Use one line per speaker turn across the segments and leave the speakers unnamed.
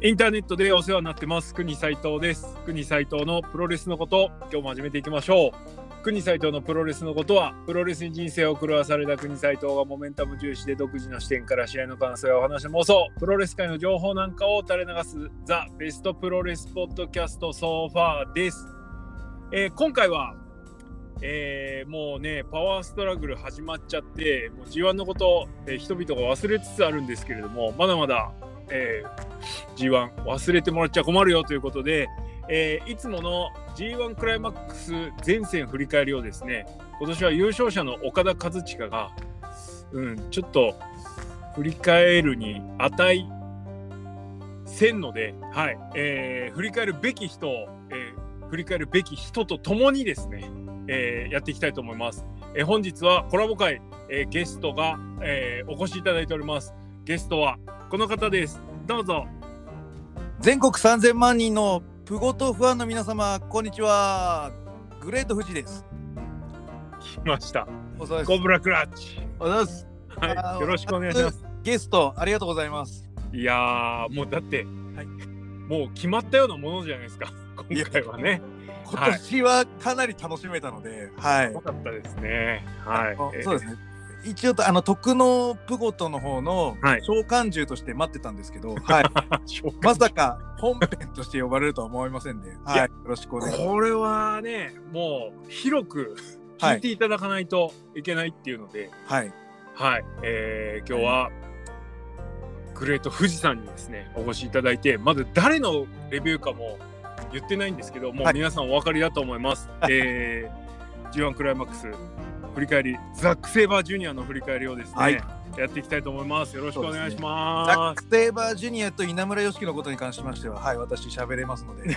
インターネットでお世話になってます国斉藤です国斉藤のプロレスのこと今日も始めていきましょう国斉藤のプロレスのことはプロレスに人生を狂わされた国斉藤がモメンタム重視で独自の視点から試合の感想やお話もそうプロレス界の情報なんかを垂れ流すザ・ベストプロレスポッドキャストソファーです、えー今回はえーもうねパワーストラグル始まっちゃってもう G1 のこと、えー人々が忘れつつあるんですけれどもまだまだ、えー G1 忘れてもらっちゃ困るよということで、えーいつもの G1 クライマックス前線振り返りをですね今年は優勝者の岡田和親が、うん、ちょっと振り返るに値せんので、はいえー振り返るべき人を、えー振り返るべき人とともにですね、えーやっていきたいと思います。えー本日はコラボ会、えーゲストが、えーお越しいただいております。ゲストはこの方です。どうぞ。
全国3000万人のプゴトファンの皆様こんにちはグレート富士です
来ました。
お疲れ
コ
様です
ブラクラッチ。
おはようございます
は
あ
い、
ー
よろしくお願いします。
ゲストありがとうございます
いやー、もうだって、
はい
もう決まったようなものじゃないですか。今回はね。
今年はかなり楽しめたのではい、
よかったですね。はい
あの。そうですね一応あの徳のプゴトの方の
はい
召喚獣として待ってたんですけど、 はい、
す。
まさか本編として呼ばれるとは思いませんで、はい、よろしくお願いし
これはね、もう広く
は
聞
い
いていただかないといけないっていうので、
ます。はい、
はい。えー今日は、グレート富士山にですね、お越しいただいて、まだ誰のレビューかも言ってないんですけど、もう
はい
皆さんお分かりだと思います。えー G1 クライマックス振り返り、ザック・セイバージュニアの振り返りをですね、
はい
やっていきたいと思います。よろしくお願いし
ザ
ま
ック・セイバージュニアと稲村良樹のことに関しましては、はい、私喋れますので、よ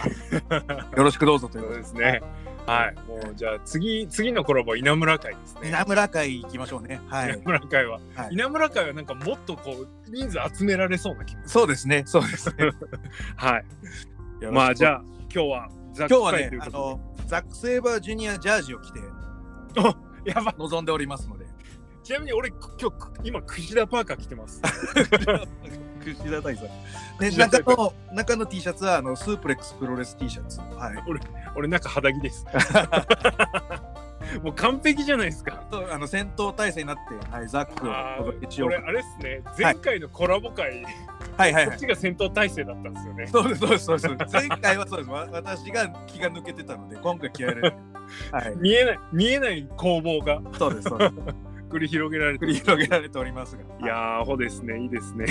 ろしくどうぞと
す。
いう
そう
ことで
ですね。はい。もうじゃあ次、次のコラボ、稲村会ですね。
稲村会行きましょうね。は
稲
い。
村会は、
はい
稲村会はなんかもっとこう人数集められそうな気が
そうですね。そうですね。
はい
よろしく
まあじゃあ今日はザッ
今日
ク
は
会
ね
という、こと
あ
で
の、ザック・セイバージュニアジャージを着て
やばい
臨んでおりますので。
ちなみに俺今日今串田パーカー着て ます。
串田大佐。ね、
串田大
中の、中の T シャツは、あの、スープレックスプロレス T シャツ。はい。
俺なんか肌着です。もう完璧じゃないです か。
とあの、戦闘態勢になって、はい、ザック
あ
をお届け
ー
しよう
俺
か
あれですね前回のコラボ会、
はいはい
こ
は
っ
い。
ちが戦闘態勢だったんですよね。
そうです、そうです、そうです。前回はそうです。わ私が気が抜けてたので、今回気合い入 れて。はい。
見えない見えない攻防が
そうです、そうです。
繰り広げられて
繰
る
り広げられておりますが。
いやー、ほですね、いいですね。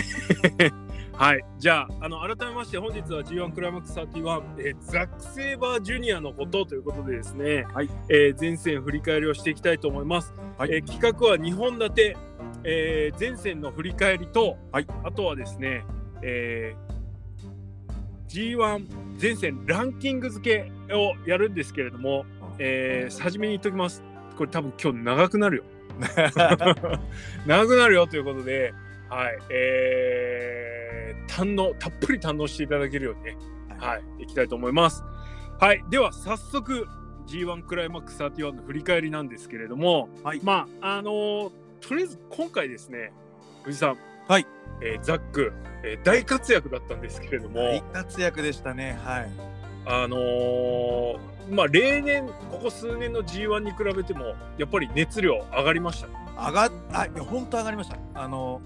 はい、じゃあ、あの改めまして、本日は G1 クライマックス31、えーザック・セイバージュニアのことということでですね、
はい
えー前線振り返りをしていきたいと思います。
はい
えー企画は2本立て、えー前線の振り返りと、
はい
あとはですね、えー G1 前線ランキング付けをやるんですけれども、えー初めに言っときます。これ多分今日長くな るよ。 長くなるよということで、はい、えー、堪能、たっぷり堪能していただけるようにね、はい、いきたいと思います。はい、では早速、G1 クライマックス31の振り返りなんですけれども、
はい
まあ、あのーとりあえず今回ですね、藤井さん、
はい
えーザック、えー大活躍だったんですけれども、
大活躍でしたね。はい。
あのーまあ、例年、ここ数年の G1 に比べても、やっぱり熱量上がりましたね。
上がっあいや本当上がりましたあの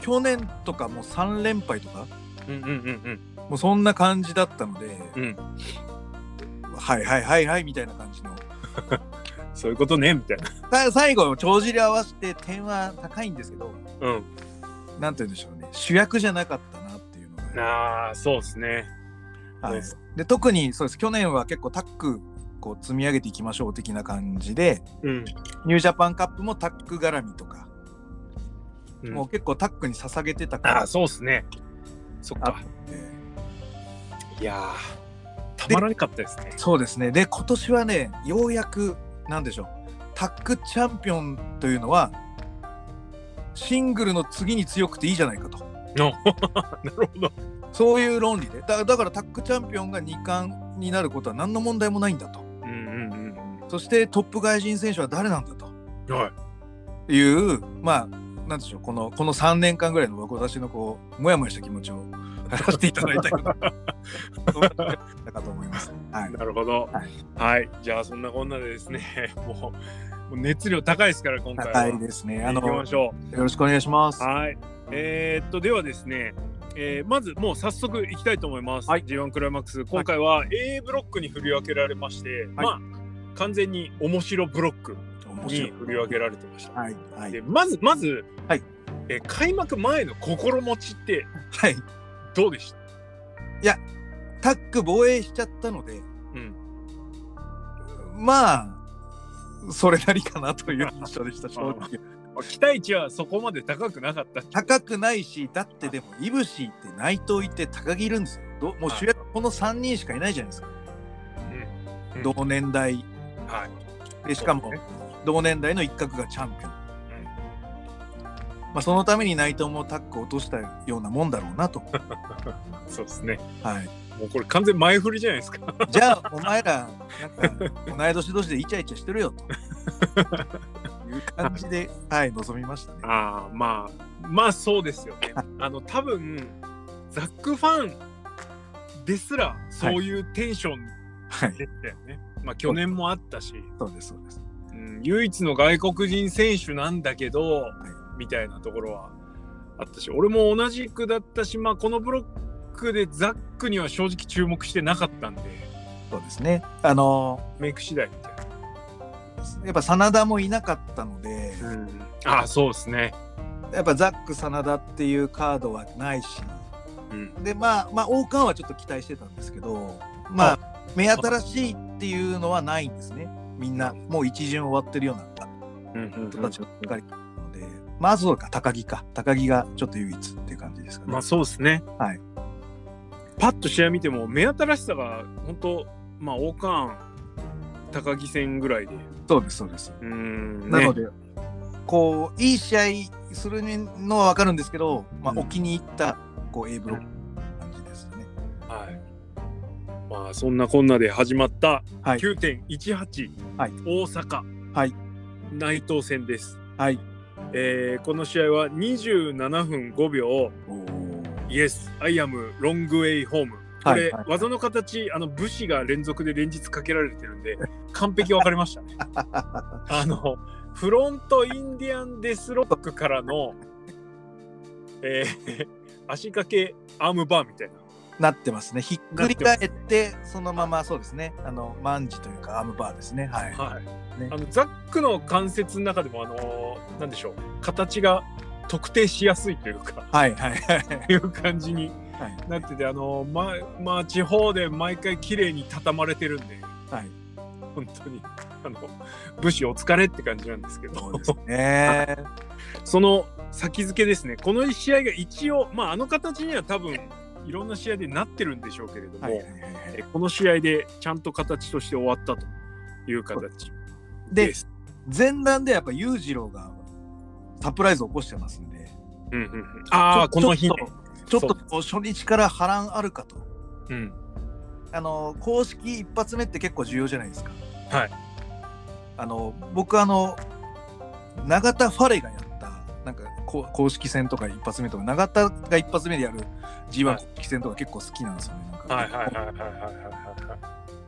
去年とかもう3連敗とか
うんうんうん
もうそんな感じだったので、
うん
はいはいはいはいみたいな感じの
うん、そういうことね、みたいな。
さ最後帳尻合わせて点は高いんですけど
うん
なんて言うんでしょうね主役じゃなかったなっていうのが、
ああそうですね。
はい
そ
で特にそうです去年は結構タックこう積み上げていきましょう的な感じで
うん。
ニュージャパンカップもタック絡みとか、
うん
もう結構タックに捧げてたか
あ
ら
あそうですね。そっか。
で
いやーたまらなかったですね。
そうですね。で、今年はね、ようやく、なんでしょう、タッグチャンピオンというのは、シングルの次に強くていいじゃないかと。
の なるほど。
そういう論理で。だだからタッグチャンピオンが2冠になることは何の問題もないんだと。
うんうん
そしてトップ外人選手は誰なんだと
うん。はい。
いう、まあ、なんでしょう、このこの3年間ぐらいの私のこう、もやもやした気持ちを やらせていただいたかなかと思います。はい。
なるほど。
は
はい、じゃあそんなこんなでですね、 もうもう熱量高いですから今回は。
高いですね。あの
行きま
よ
しょ
ろしくお願いします。
う。はい。えーっとではですね、えーまずもう早速いきたいと思います。
はい
G1 クライマックス今回は A ブロックに振り分けられまして、
はい
まあ完全に面白ブロック
面白
に
い。
振り分けられてました。
はいはい
でまずまず、
はい
えー開幕前の心持ちって
はい。
どうでした？
タック防衛しちゃったので、
うん
まあそれなりかなという印象 でした。正直。
期待値はそこまで高くなかった。
高くないし、だってでもイブシって内藤いて高木いるんですよ。どもう主役この3人しかいないじゃないですか。
うん
同年代
はい。
でしかも
そうです
同年代の一角がチャンピオン。まあ、そのために内藤もタックを落としたようなもんだろ うなと。
そうですね。
はい、
もうこれ完全前振りじゃないですか。
じゃあ、お前ら、なんか、同い年同士でイチャイチャしてるよと。いう感じで、はい、望みましたね。
ああ、まあ、まあそうですよね。 あの、多分、ザックファンですら、そういうテンション
はい、
でしたよね。まあ去年もあったし、
そうです、そうです。
うん、唯一の外国人選手なんだけど、みたいなところはあったし、俺も同じくだったし、まあこのブロックでザックには正直注目してなかったんで、
そうですね。あの、
メイク次第みたいな。
やっぱ真田もいなかったので、
うん、ああ、そうですね。
やっぱザック真田っていうカードはないし。
うん。
で、まあ、まあ、王冠はちょっと期待してたんですけど、まあ、目新しいっていうのはないんですね。みんな、もう一巡終わってるような。
うんうん
人たちばっかりなので、まあ、そうか、高木か。高木がちょっと唯一っていう感じですかね。
まあそうですね。
はい。
パッと試合見ても目新しさが本当まあ王冠高木戦ぐらいで。
そうです、そうです。
うーん。
なの
ね。
で、こう、いい試合するのはわかるんですけど、まあ
う、ん
お気に入った、こう、A ブロックの感じですね。
はい。まあそんなこんなで始まった
はい
9.18、
は
大
い
阪、
はい
内藤戦です。
はい。
えーこの試合は27分5秒、
おー
イエス、アイアム、ロングウェイホーム。これ、
はいはい
技の形、あの武士が連続で連日かけられてるん で、完璧分かりましたね。あの、フロントインディアンデスロックからの、えー足掛けアームバーみたいな。
なってますね。ひっくり返って、そのまま、そうですね。あの、万事というか、アームバーですね。はい。
はい。
ね
あのザックの関節の中でも、あのーなんでしょう、形が特定しやすいというか、
はい、はい、はい。
いう感じに
はい
なってて、あのーままあ、地方で毎回綺麗に畳まれてるんで。
はい。
本当にあの武士お疲れって感じなんですけど
そうですね。
その先付けですねこの試合が一応、まあ、あの形には多分いろんな試合でなってるんでしょうけれども、
はい、はい、はいはい。
えこの試合でちゃんと形として終わったという形
で
で、す。
前段でやっぱ裕次郎がサプライズを起こしてますんで、
うんうんうん、ああ
ちょ
この日ね、
ちょっ
そ
とこう初日から波乱あるかと。
うん、
あの公式一発目って結構重要じゃないですか。
はい。
あの僕あの永田ファレがやったなんかこう公式戦とか一発目とか永田が一発目でやる G1
はい
公式戦とか結構好きなんですよね。なんか
はいはいはいはいはいは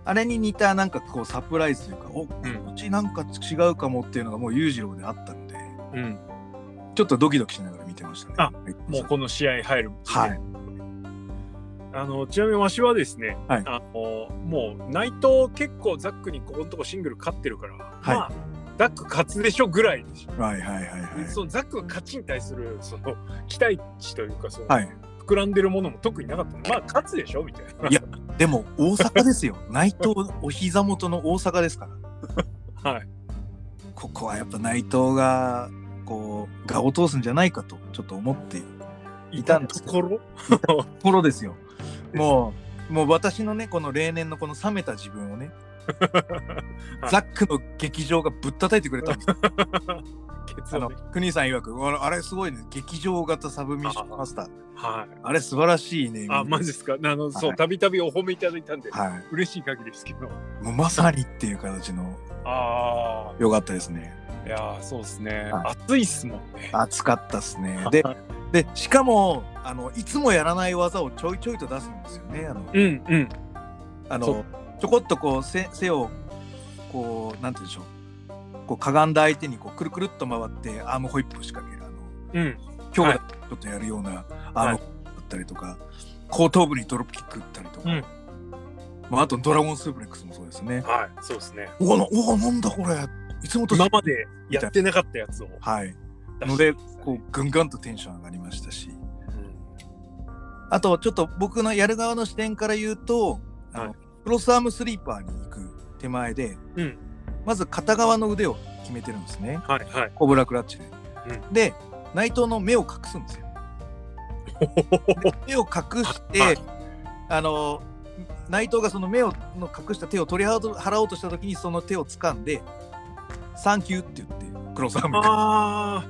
あれに似たなんかこうサプライズというかお
ん
うちなんか違うかもっていうのがもう裕次郎であったんで
い、うん、
ちょっとドキドキしながら見てましたね。
あもうこの試合入る、
はい、
あのちなみにわしはですね、
はい
あのもう内藤結構ザックにここのとこシングル勝ってるから、まあザック勝つでしょぐらいでしょ
はいはいはいはい。
そのザックが勝ちに対するその期待値というかその
はい、
膨らんでるものも特になかったので、まあ勝つでしょみたいな。
いやでも大阪ですよ内藤お膝元の大阪ですから
はい、
ここはやっぱ内藤がこう我を通すんじゃないかとちょっと思っているいたんです
ところ、
ところですよもうもう私のねこの例年のこの冷めた自分 をね、
はい
ザックの劇場がぶったたいてくれたんですよ
ケツ
あ
を
の
ね
国井さん曰くあれあれすごいね劇場型サブミッションマスター
はい、
あれ素晴らしいね
あマジですかあのそ
は
う
い
たびたびお褒めいただいたんで、
は
嬉しい限りですけど
いもうまさにっていう形の
あ
良かったですね
あいやーそうですね、
は
暑いっすもんね
暑かったですねででしかもあのいつもやらない技をちょいちょいと出すんですよねあの
うんうん
あ
そ
の
う
ちょこっとこう背背をこうなんて言うんでしょうこうかがんだ相手にこうくるくるっと回ってアームホイップを仕掛けるあの
うん
強
は
打
い
ちょっとやるようなアーム
は
ホイップだったりとか、後頭部にドロップキック打ったりとか、
うん
まあ、あとドラゴンスープレックスもそうですね。
はいそうですね
うわなうわなんだこれいつもと違う
今までやってなかったやつを
はい
出
の
してき
で
ましたね
こうぐんぐんとテンション上がりましたし
うん
あとちょっと僕のやる側の視点から言うとあの、
はい
クロスアームスリーパーに行く手前で、
うん
まず片側の腕を決めてるんですね
はいはい
コブラクラッチで、
う
で内藤の目を隠すんですよ目を隠して、
はい
あの内藤がその目をの隠した手を取り払おうとした時にその手を掴んで「サンキュー」って言ってクロスアームに
あ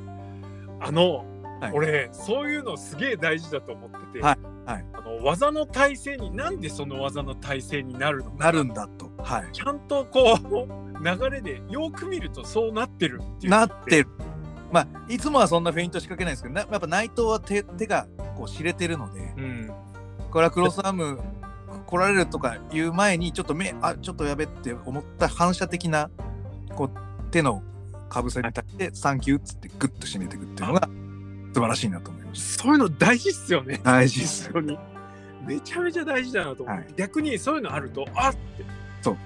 ああの、
はい
俺そういうのすげえ大事だと思ってて、
はいはい
あの技の体勢になんでその技の体勢になるのか
なるんだと。はい
ちゃんとこう流れでよく見るとそうなってるっていう
なってる。まあ、いつもはそんなフェイント仕掛けないんですけど、なやっぱ内藤は手手がこう知れてるので、
うん
これはクロスアーム来られるとか言う前に、ちょっと目、あちょっとやべって思った反射的なこう手のかぶせに対して、サンキューっつってグッと締めていくっていうのが素晴らしいなと思いまし
そういうの大事っすよね
た。大事です。
本当にめちゃめちゃ大事だなと思う、
はい
逆にそういうのあるとあって
そう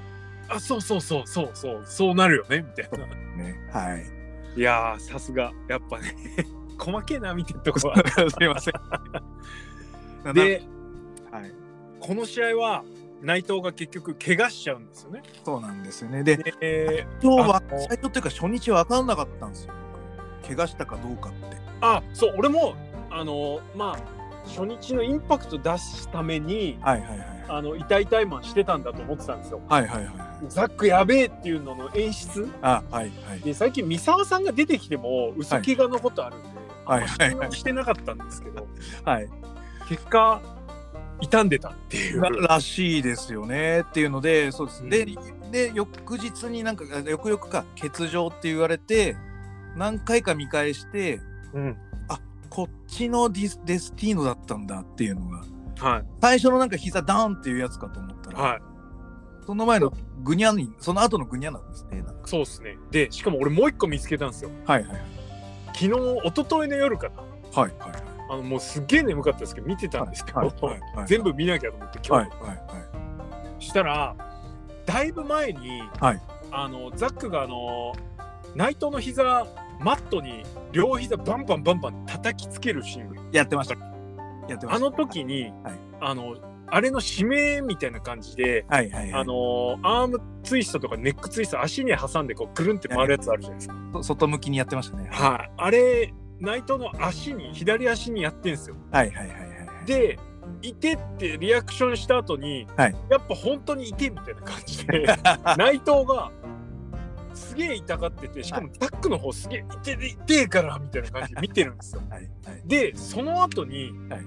あそうそうそうそうそうそうなるよねみたいな
ね。はい。
いやーさすがやっぱね 細けえな見てるとこは
すいません。
で
な、はい、
この試合は内藤が結局怪我しちゃうんですよね。
そうなんですよね。で、
で
今日は
あの
最初っていうか初日分かんなかったんですよ。怪我したかどうかって。
あそう俺もあのまあ初日のインパクト出すために
はいはいはい。
あの痛い痛いマンしてたんだと思ってたんですよ。
はいはいはい。
ザックやべえっていうのの演出
あ、はいはい。
で最近三沢さんが出てきても嘘気がのことあるんで、あん
はい
ま信用してなかったんですけど、
はい、
結果傷んでたっていう。
ららしいですよねっていうので、そうです。
うん
で、で翌日になんか、あ翌々か、欠場って言われて、何回か見返して、
うん
こっちのディスデスティーノだったんだっていうのが、
は
最初のなんか膝ダーンっていうやつかと思った
い
ら、
はい
その前のグニャに、その後のグニャなんですね。なんか
そうですね。でしかも俺もう一個見つけたんですよ。
はいはい
昨日一昨日の夜かな。
はいはいはい。
あのもうすっげえ眠かったですけど見てたんですけど、
はいはいはいはい
全部見なきゃと思って今
は
日、
いはい
したらだいぶ前に、
はい
あのザックがあの内藤の膝マットに両膝バンバンバンバン叩きつけるシーン
はい。やってました。やってました。
あの時に、
はい
あのあれの締めみたいな感じで、
はいはいは
あ
い。
のアームツイストとかネックツイスト足に挟んでこうくるんって回るやつあるじゃないですか、
そ外向きにやってましたね。
はい、あれ内藤の足に左足にやってんですよ
はいはいはいはいはい。
で「いて」ってリアクションした後に、
はい。
やっぱ本当にいてみたいな感じで内藤がすげえ痛がっててしかもタックの方すげえ「いてで痛えから」みたいな感じで見てるんですよ
はいはい。
でその後に、
はい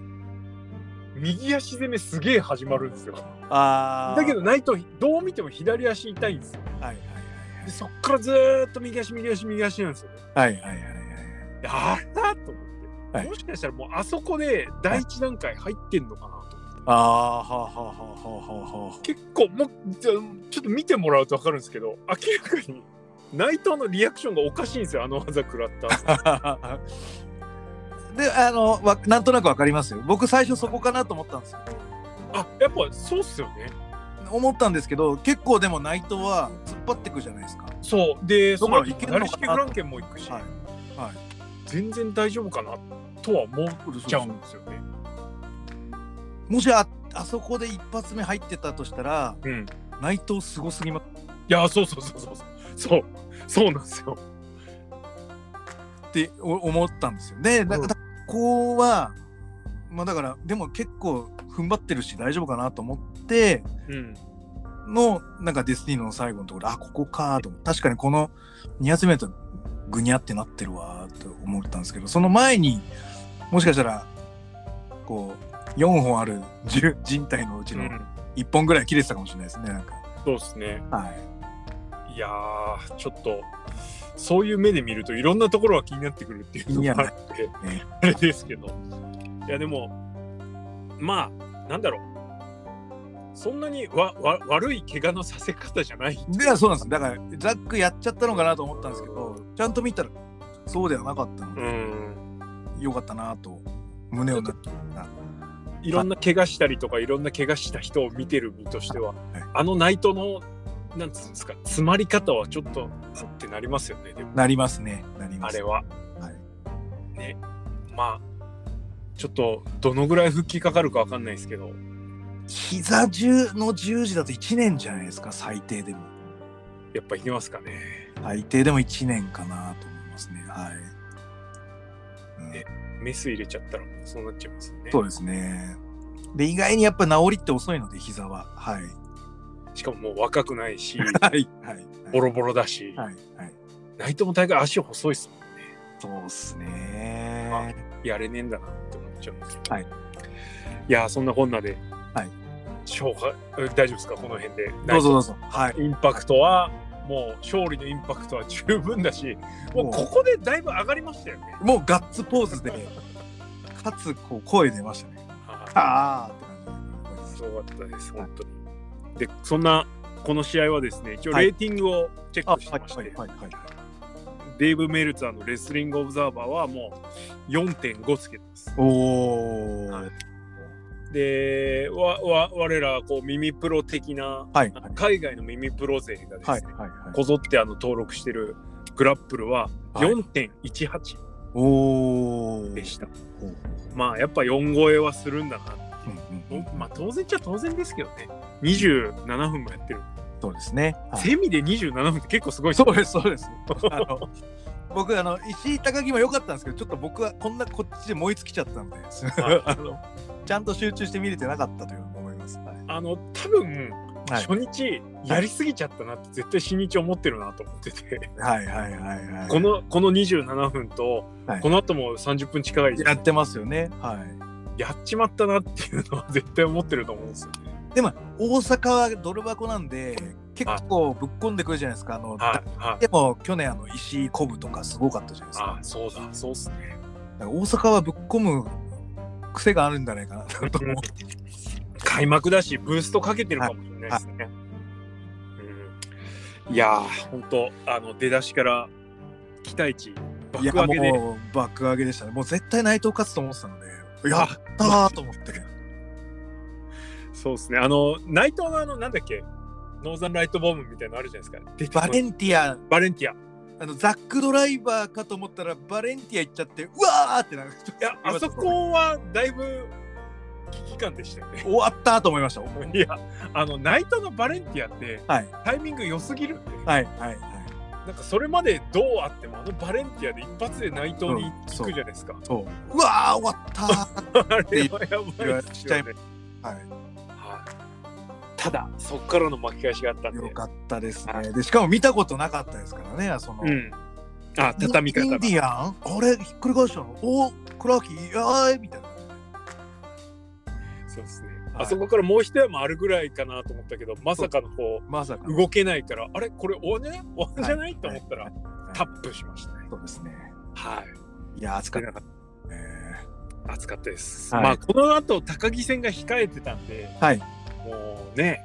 右足攻めすげえ始まるんですよ。
あー
だけど内藤どう見ても左足痛いんですよ。
はい
でそっからずーっと右足右足右足なんですよね。
はいはいはいはいはい
であらと思って、
はい
もしかしたらもうあそこで第一段階入ってんのかなと思って。
ああはあはあはあはあはあ
結構もうじゃあちょっと見てもらうと分かるんですけど明らかに内藤のリアクションがおかしいんですよあの技食らった 後
であのわなんとなくわかりますよ僕最初そこかなと思ったんですけ
あやっぱそうっすよね
ど思ったんですけど結構でも内藤は突っ張ってくじゃないですか
そうでそ
だから
の後
いけんのかな
なりしけフランケンも行くし、
はい
全然大丈夫かなとは思っちゃうんですよね
もしああそこで一発目入ってたとしたら
うん
内藤すごすぎます
いやそうそうそうそうそうそうそうなんですよ
ってお思ったんですよねだ
うん
からここはまあだからでも結構踏ん張ってるし大丈夫かなと思って
うん
のなんかデスティーノの最後のところであここかと思って確かにこの2発目とぐにゃってなってるわーと思ったんですけどその前にもしかしたらこう4本ある10人体のうち
う
の
ん
1本ぐらい切れてたかもしれないですねなんか、
そうですね
はい
いやーちょっとそういう目で見るといろんなところが気になってくるっていうの
いや
があって、
ね
あれですけどいやでもまあなんだろうそんなにわわ悪い怪我のさせ方じゃない
いやそうなんですだからザックやっちゃったのかなと思ったんですけどちゃんと見たらそうではなかったので、
ん
よかったなと胸をなって
いろんな怪我したりとかいろんな怪我した人を見てる身としては、あのナイトのなんつうんですか詰まり方はちょっとってなりますよねでも
なりますねなりま
あ
す
れは。
はい
ねまあちょっとどのぐらい復帰かかるかわかんないですけど
膝中の十字だと1年じゃないですか最低でも
やっぱいけますかね
最低でも1年かなと思いますねはい、うん
ねメス入れちゃったらそうなっちゃいますよね
そうですねで意外にやっぱ治りって遅いので膝ははい
しかももう若くないし
はいはい
ボロボロだし、
はいはい
ナイトも大概足細いっすもん
そうっすね
やれねえんだなって思っちゃうんですけど、
はい、
いやーそんなこんなで、
はい、
勝敗え大丈夫ですかこの辺で
どうぞどうぞはい
インパクトはもう勝利のインパクトは十分だしもうここでだいぶ上がりましたよね。
もうガッツポーズでかつこう声出ましたね
はい
あーって感じですす
ごかったです本当に。でそんなこの試合はですね一応レーティングをチェ
あ
ッ
は
クしてまし
い
て、
はいはいはい
デイブ・メルツァーのレスリング・オブザーバーはもう4.5つけてます。
おおはい
でわわ我らこう耳プロ的な
はい
あの海外の耳プロ勢がですね、
はいはいはい
こぞってあの登録してるグラップルは4.18
おお
でした、
ほう
まあやっぱ4超えはするんだな、
うんうんうん
まあ当然っちゃ当然ですけどね27分もやってる、
そうですねはい
セミで27分って結構すごいっす
そうです、そうです。 あの僕、あの石井高木も良かったんですけど、ちょっと僕はこんなこっちで燃え尽きちゃったんで、
い
あのちゃんと集中して見れてなかったというのを思います。はい
あの多分、
はい
初日やりすぎちゃったなって絶対新日思ってるなと思ってて
はいはいはいはい。
このこの27分と、
はい
この後も30分近い
やってますよね。はい。
やっちまったなっていうのは絶対思ってると思うんですよね。
でも大阪はドル箱なんで、結構ぶっ込んでくるじゃないですか。あ
は
の、
いはい。
でも去年あの石井コブとかすごかったじゃないですか。
あそうだ、そうっすね。
だから大阪はぶっ込む癖があるんじゃないかなと思う。
開幕だし、ブーストかけてるかもしれないですね。うん、いやー、本当あの出だしから期待値
い
爆
や
上げで、
もう爆上げでしたね。もう絶対内藤勝つと思ってたので、やったーと思って。
そうですね。あの内藤のあのなんだっけ、ノーザンライトボムみたいなのあるじゃないですか。出てこな
バ
い
レンティア、
バレンティア。い
あのザックドライバーかと思ったら、バレンティア行っちゃって、うわーってなる。
や、あそこはだいぶ危機感でしたよね。
終わったと思いました。はい
や、あの内藤のバレンティアって
い、
タイミング良すぎるんで。
はい、はい、はい。
なんかそれまでどうあってもあのバレンティアで一発で内藤に効くじゃないですか。
そう。うわー、終わったー。
あれはやばいっすよね。
は
はいただそこからの巻き返しがあったん
い、
で。
よかったですね。で、しかも見たことなかったですからね、その。
うん。あ畳み
イ
方
ン
が
デ。ィアンあれ、ひっくり返したのおー、クラーキー、やーいみたいな。
そうですね。
はい
あそこからもう一山あるぐらいかなと思ったけどまさかのこ
まさか。
う動けないからあれこれ終わんじゃない終わんじゃないと思った
は
ら
い
タップしましたね。
そうですね。
はい。
いやー、暑かった。え
暑かったです。
はい
まあこの後高木戦が控えてたんで、
はい
もうね、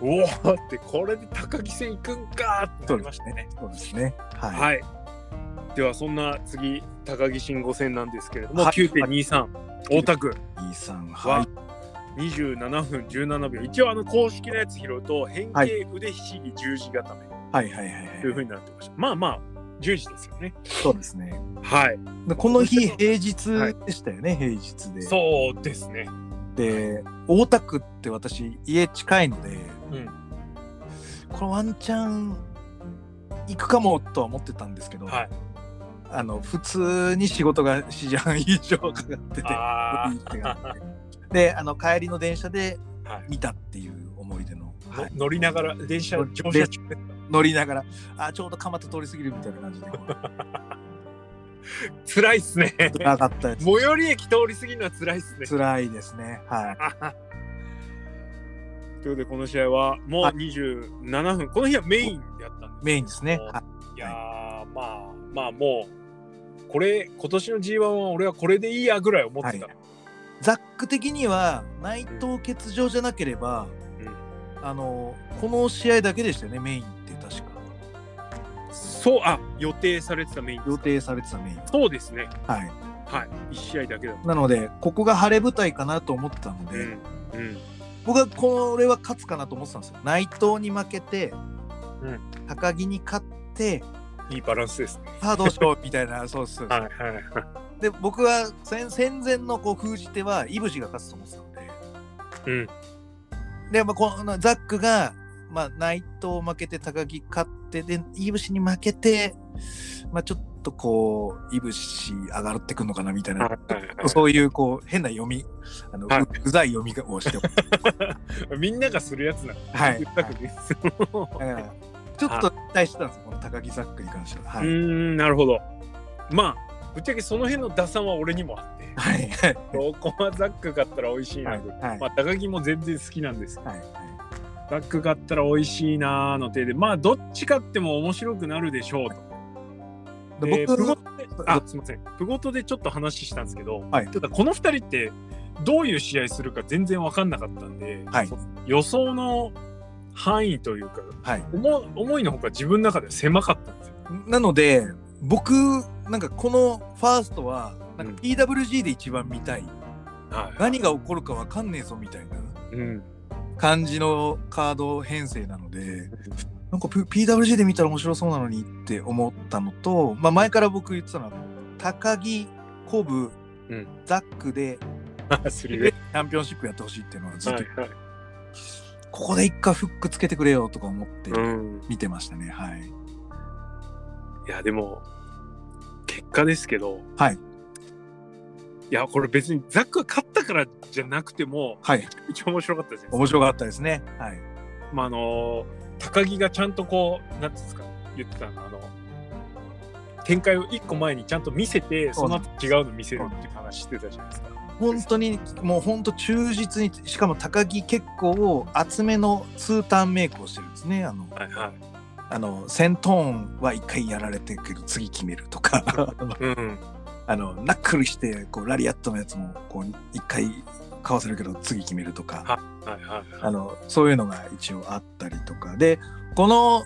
うおーってこれで高木戦行くんかーってな
そう
り
で
まし
す
たね
ね。。そうですね。はい。
はい。ではそんな次高木慎吾戦なんですけれども、
はい
9.23、大田区
E さん、は。
はい27分17秒。一応あの公式のやつ拾うと変形腕ひしぎ十字固め
はいはいはいはい。
という風になってました。まあまあ十字ですよね。
そうですね。
はい。
でこの日、
まあ
平日でしたよね、平日で。
そうですね。
で、大田区って私、家近いので、
うん。
このワンチャン行くかもとは思ってたんですけど、
はい。
あの普通に仕事が4時半以上かかってて、
あ
いいってなってで、あの帰りの電車で
あ。はい。
見たっていう思い出の、
の
はい
乗りながら電車
で
乗車中
乗りながら、あ、ちょうど蒲田通り過ぎるみたいな感じで、
辛いっすね
辛かったです
最。寄り駅通り過ぎるのは辛いっすね
辛いですね。はい。
ということでこの試合はもう
はい
27分この日はメインでやったんです
メインですね。はい
いやーもうこれ今年の G1 は俺はこれでいいやぐらい思ってた、
はいザック的には内藤欠場じゃなければ、あのこの試合だけでしたよねメインって確か
そうあ予定されてたメイン
予定されてたメイン
そうですね
はい
はい1試合だけだも
なのでここが晴れ舞台かなと思ってたの
ん
で、
ねうん
僕はこれは勝つかなと思ってたんですよ内藤に負けて、
うん
高木に勝って
いいバランスですね
さあどうしようみたいなそうです
はいはいはい
で僕は戦戦前のこう封じ手はいぶしが勝つと思ってたので
うん
で、まあ、このザックが、まあ、内藤負けて高木勝ってでいぶしに負けて、まあ、ちょっとこういぶし上がってくるのかなみたいな、
はいはいはい
そういうこう変な読みあの、
はいう
うざい読みをし てます
みんながするやつなの。
はい
言ったくね。
だからちょっと期待してたんですよこの高木ザックに関しては。は
う
い
ーん、なるほど。まあ、ぶっちゃけその辺の打算は俺にもあって。
はいはい
ロコマザック買ったら美味しい
は
ないと。
はい
まあ、高木も全然好きなんですけど。
はい
ザック買ったら美味しいなーの手で、まあ、どっち買っても面白くなるでしょうと。
で
で
僕
プ
の
ゴトであ、すみません。プゴトでちょっと話したんですけど、
はい
ただこの二人ってどういう試合するか全然分かんなかったんで、
はい
そ予想の範囲というか、
はい
思思いのほか自分の中で狭かったんですよ。
なので僕なんかこのファーストはなん
うん
か PWG で一番見たい、
は。
何が起こるかわかんねえぞみたいない
うん。
感じのカード編成なのでなんか P- PWG で見たら面白そうなのにって思ったのと、まあ、前から僕言ってたのは高木コブ、
うん
ザックで
ス
チ
リーウェイ
ャンピオンシップやってほしいっていうのはずっ
は
と、
いはい。
ここで一回フックつけてくれよとか思って
うん。
見てましたね、はい
いや、でも、結果ですけど、
はい
いや、これ別にザックが勝ったからじゃなくても、
はい
めちゃ面白かったじゃないで
面白かったですねはい
すか。まあ、あの、高木がちゃんとこう、なんていうんですか、言ってたの、あの、展開を一個前にちゃんと見せて、
そ
そう
な
の
ん
後違うの見せるっていう話してたじゃないですか。
本当にもう本当忠実にしかも高木結構厚めのツーターンメイクをしてるんですねあの
はいはい。
あのセントーンは一回やられてるけど次決めるとか
うん。
あのナックルしてこうラリアットのやつもこう一回かわせるけど次決めるとか
はいはいはい。
あのそういうのが一応あったりとかでこの、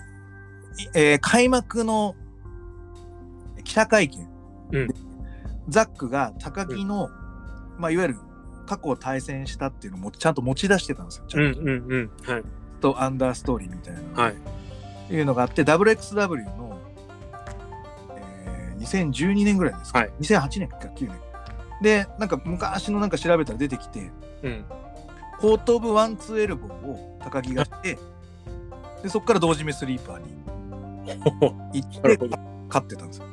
いえー開幕の記者会見、
うん
ザックが高木の、まあ、いわゆる過去対戦したっていうのもちゃんと持ち出してたんですよ。ち
うん
ゃ
うんんうん。はい。
とアンダーストーリーみたいな。
はい。
いうのがあって、WXW の、えー2012年ぐらいですか、
はい
2008年か9年。で、なんか昔のなんか調べたら出てきて、
うん。
後頭部ワンツーエルボーを高木がして、でそこから同時めスリーパー に行っ
なる
て
ほど。
勝ってたんですよ。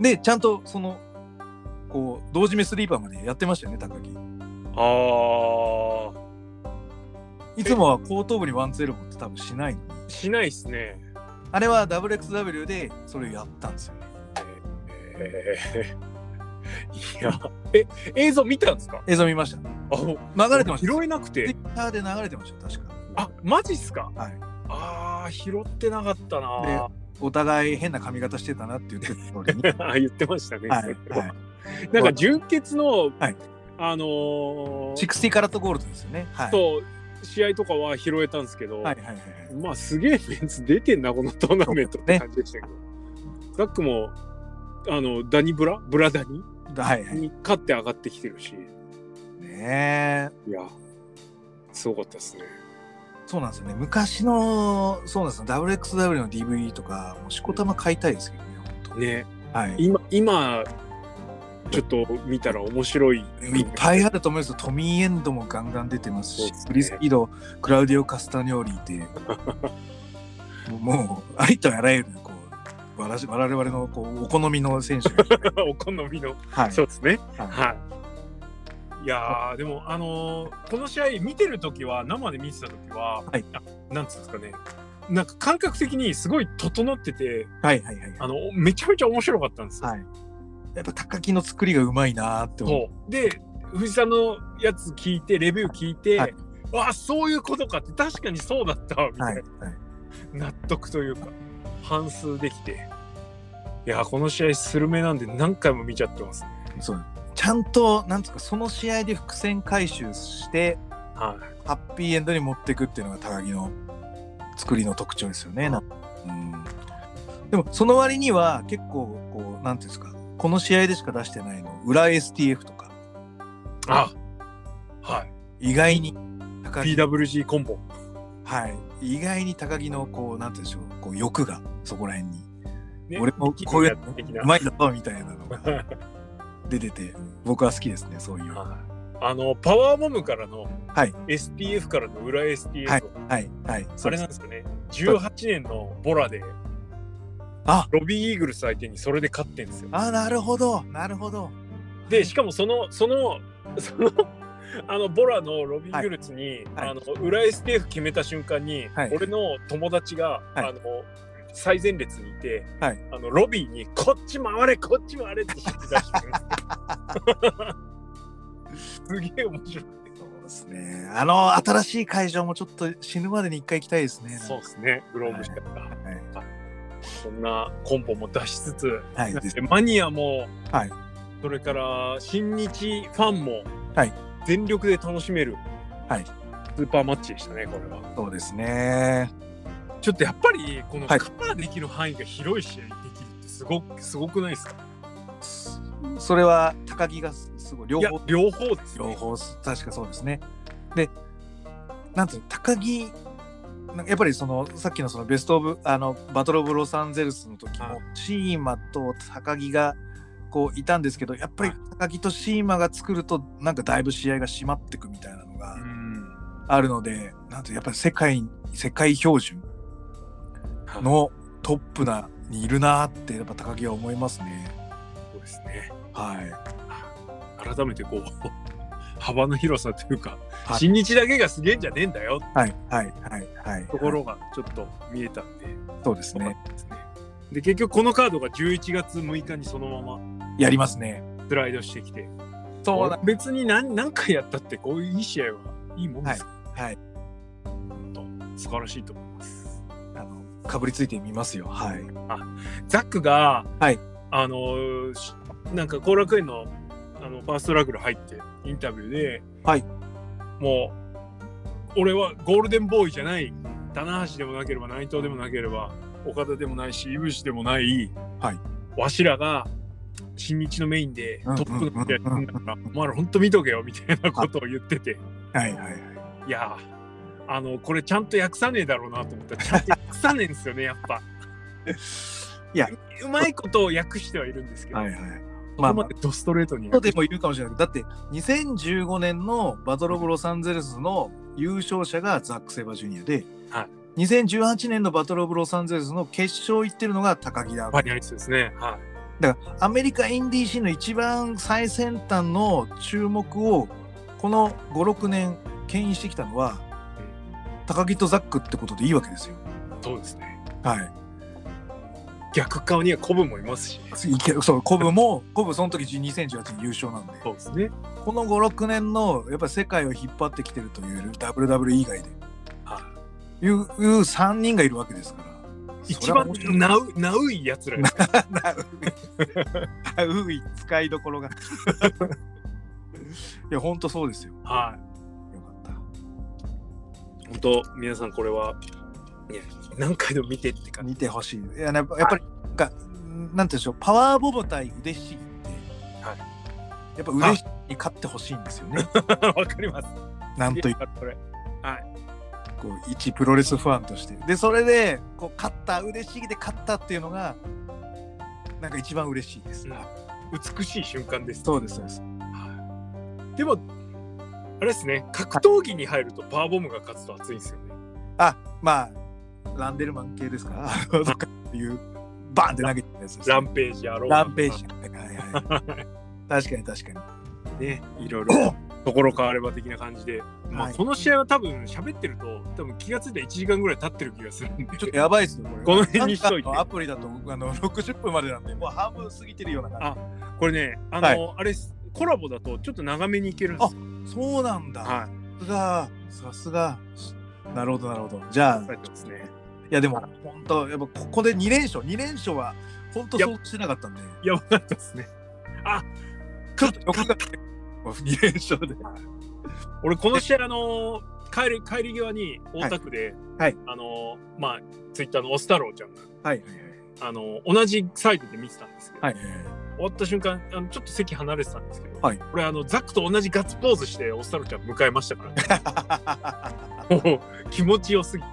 で、ちゃんとその、こう、同時めスリーパーまでやってましたよね、高木。
あ
いつもは後頭部にワンツーエルボーって多分しないのに、
あ、しないですね。
あれは WXW でそれをやったんですよね。
えーいや、え、映像見たんですか
映像見ました。
あ、もう
流れてました。
拾えなく
ツイ
て。
ッターで流れてましたよ確か。
あ、マジっすか
はい。
ああ、拾ってなかったな。
お互い変な髪型してたなって言ってた 通りに。
あ言ってましたね。
はいはい
なんか純潔の、
はい
あのー、
シックスティカラットゴールドですよね。はい。
と試合とかは拾えたんですけど、
はいはいはいはい。
まあすげえメンツ出てんな、このトーナメントって感じでしたけど。ザックも、あの、ダニブラブラダニ
はいはい。ね
に勝って上がってきてるし。
え。
いや、すごかったですね。
そうなんですよね。昔の、そうなんですよ。WXW の DVD とか、もうしこたま買いたいですけどね、本当に。
ね、
はい。
今、今、ちょっと見たら面白い。
いっぱいあると思いますよトミー・エンドもガンガン出てます
そう
し、
ですね
ブリスピード、クラウディオ・カスタニョーリー って、もうもう、ありとあらゆる、こう、わらし我々のこうお好みの選手 が。
お好みの。
はい。
そうですね。
はい
はい。いやー、でも、あのーこの試合見てるときは、生で見てたときは、
はい
あなんつうんですかね、なんか感覚的にすごい整ってて、
はいはいはいはい。
あの、めちゃめちゃ面白かったんですよ。
はい。やっぱ高木の作りがうまいなーって思う。
そうで、藤井さんのやつ聞いて、レビュー聞いて、
はい
わあ、そういうことかって、確かにそうだったわみたいな。
はい、はい。
納得というか反数できていや、この試合スルメなんで何回も見ちゃってますね。
そうちゃんとなんつうかその試合で伏線回収して
は
ハッピーエンドに持っていくっていうのが高木の作りの特徴ですよね。なんうん、でもその割には結構こうなんていうんですかこの試合でしか出してないの裏 STF とか
い。あは
意外に高
い。
木、
PWG コンボ。
はい、意外に高木のこうなんていうんでしょうこう欲がそこら辺に
ね
俺もこういう
力的な
うまいだろみたいなのが 出てて僕は好きですねそういう。は
はいあの、パワーモムからの、
はい
STF からの裏 STF、
はいいはい。
あれなんですよね。18年のボラで、
あ
ロビーイーグルス相手にそれで勝ってんですよ。
あなるほどなるほど。
で、しかもその、その、その、 あのボラのロビー・グルツに、
はい
あの裏 STF 決めた瞬間に、
はい
俺の友達が、
はい
あの最前列にいて、
はい
あのロビーに「こっち回れこっち回れ」って指示出してくるんですよ すげえ面白い。
そうですね。あの、新しい会場もちょっと死ぬまでに一回行きたいですね。
そうですね、グローブしてた、
はい。
そんなコンボも出しつつ、
はい。
なん
です
でマニアも、
はい
それから新日ファンも、
はい
全力で楽しめる、
はい
スーパーマッチでしたね、これは。
そうですね。
ちょっとやっぱりこの
は
カ
い
バーできる範囲が広い試合できるってすごくすごくないですか
それは高木がすすごい、両
いや
方、
両方です、ね、
両方、確かそうですね。で、なんていうの、高木、なんかやっぱりそのさっきのそのベスト・オブあのバトル・オブ・ロサンゼルスの時
は
もシーマと高木がこういたんですけどやっぱり高木とシーマが作るとなんかだいぶ試合が締まってくみたいなのが
うん
あるので、なんてやっぱり世界、世界標準のトップな、にいるなって、やっぱ高木は思いますね。
そうですね
はい。
改めてこう 幅の広さというか、
はい
新日だけがすげえんじゃねえんだよって
はい、はい、はい、はい。
ところがちょっと見えたんで、
そうです
よか
ね。
ったですねで結局このカードが11月6日にそのまま
やりますね。
スライドしてきて
そうだ。
別に何何回やったってこういういい試合はいいもんですよ
はい。
本当素晴らしいと思います。
あの、かぶりついてみますよ。はい。
ザックが、
はい
あのしなんか後楽園のあのファーストラグル入ってインタビューで、
はい
もう俺はゴールデンボーイじゃない棚橋でもなければ内藤でもなければ岡田でもないし井渕でもない、
はい
わしらが新日のメインで
うん
トップのやつやるんだからお前らほんと見とけよみたいなことを言ってて
はい、はい、はい。
いやーあのこれちゃんと訳さねえだろうなと思ったらちゃんと訳さねえんですよねやっぱ。
いや
うまいことを訳してはいるんですけど、
はい、はい。
ここまでドストレートに
人でもいるかもしれないけど。だって、2015年のバトル・オブ・ロサンゼルスの優勝者がザック・セイバージュニアで、
はい
2018年のバトル・オブ・ロサンゼルスの決勝行ってるのが高木だ
ファイナリストですね。は
だからアメリカインディーシーンの一番最先端の注目をこの56年牽引してきたのは高木とザックってことでいいわけですよ。
い、そうですね。
はい
逆側にはコブもいますし、ね、
いけ。そうコブもコブその時2018年優勝なんで
そうですね。
この56年のやっぱり世界を引っ張ってきてるという WWE 以外で
は
いういう3人がいるわけですから。
い、一番
それは面白い
ナウナウいやつらですね。
なういなうい使いどころが。い や本当そうですよ。よ
は
かった。
い、本当皆さんこれはいや何回でも見てって感じ。
見てほしい。いややっぱやっぱり、がなんていうんでしょう、パワーボブ対腕ひしぎって、
はい
やっぱ腕ひしぎに勝ってほしいんです よね。
わかります。
なんとい
い
う
やこれ
こう一プロレスファンとして。で、それで、こう勝った、腕ひしぎで勝ったっていうのが、なんか一番嬉しいです。
うん美しい瞬間です。
そうです、そうです。
はいでもあれですね。格闘技に入るとパワーボムが勝つと熱いんですよね。
あまあ、ランデルマン系ですかとかっていう、バンって投げてるやつです、
ランページやろう。
ランページ。はいはいはい。確かに確かに。
ね、いろい ろところ変われば的な感じで、ま
は
あ、
い
この試合は多分喋ってると多分気がついたら1時間ぐらい経ってる気がするんで
ちょっとやばいですよ、これ。
この辺にしといて
なんかのアプリだと、あの、60分までなんで、もう半分過ぎてるような感
これねあの、あれっすコラボだとちょっと長めにいけるんですよ
じ。そうなんだ。
は
さすが、さすが。なるほど、なるほど。じゃあ、
い書い
い
てますね
や、でも、本当やっぱここで2連勝、2連勝は、本当そうしてなかったんで、
やばかったですね。
ちょっとよくかった。2連勝で。
俺この試合あの帰り帰り際に大田区で、
はい
あのまあツイッターのオス太郎ちゃんが
はい
あの同じサイトで見てたんですけど、
はいはい。
終わった瞬間あのちょっと席離れてたんですけど、
はい
俺あのザックと同じガッツポーズしてオス太郎ちゃん迎えましたから、 もう気持ちよすぎて、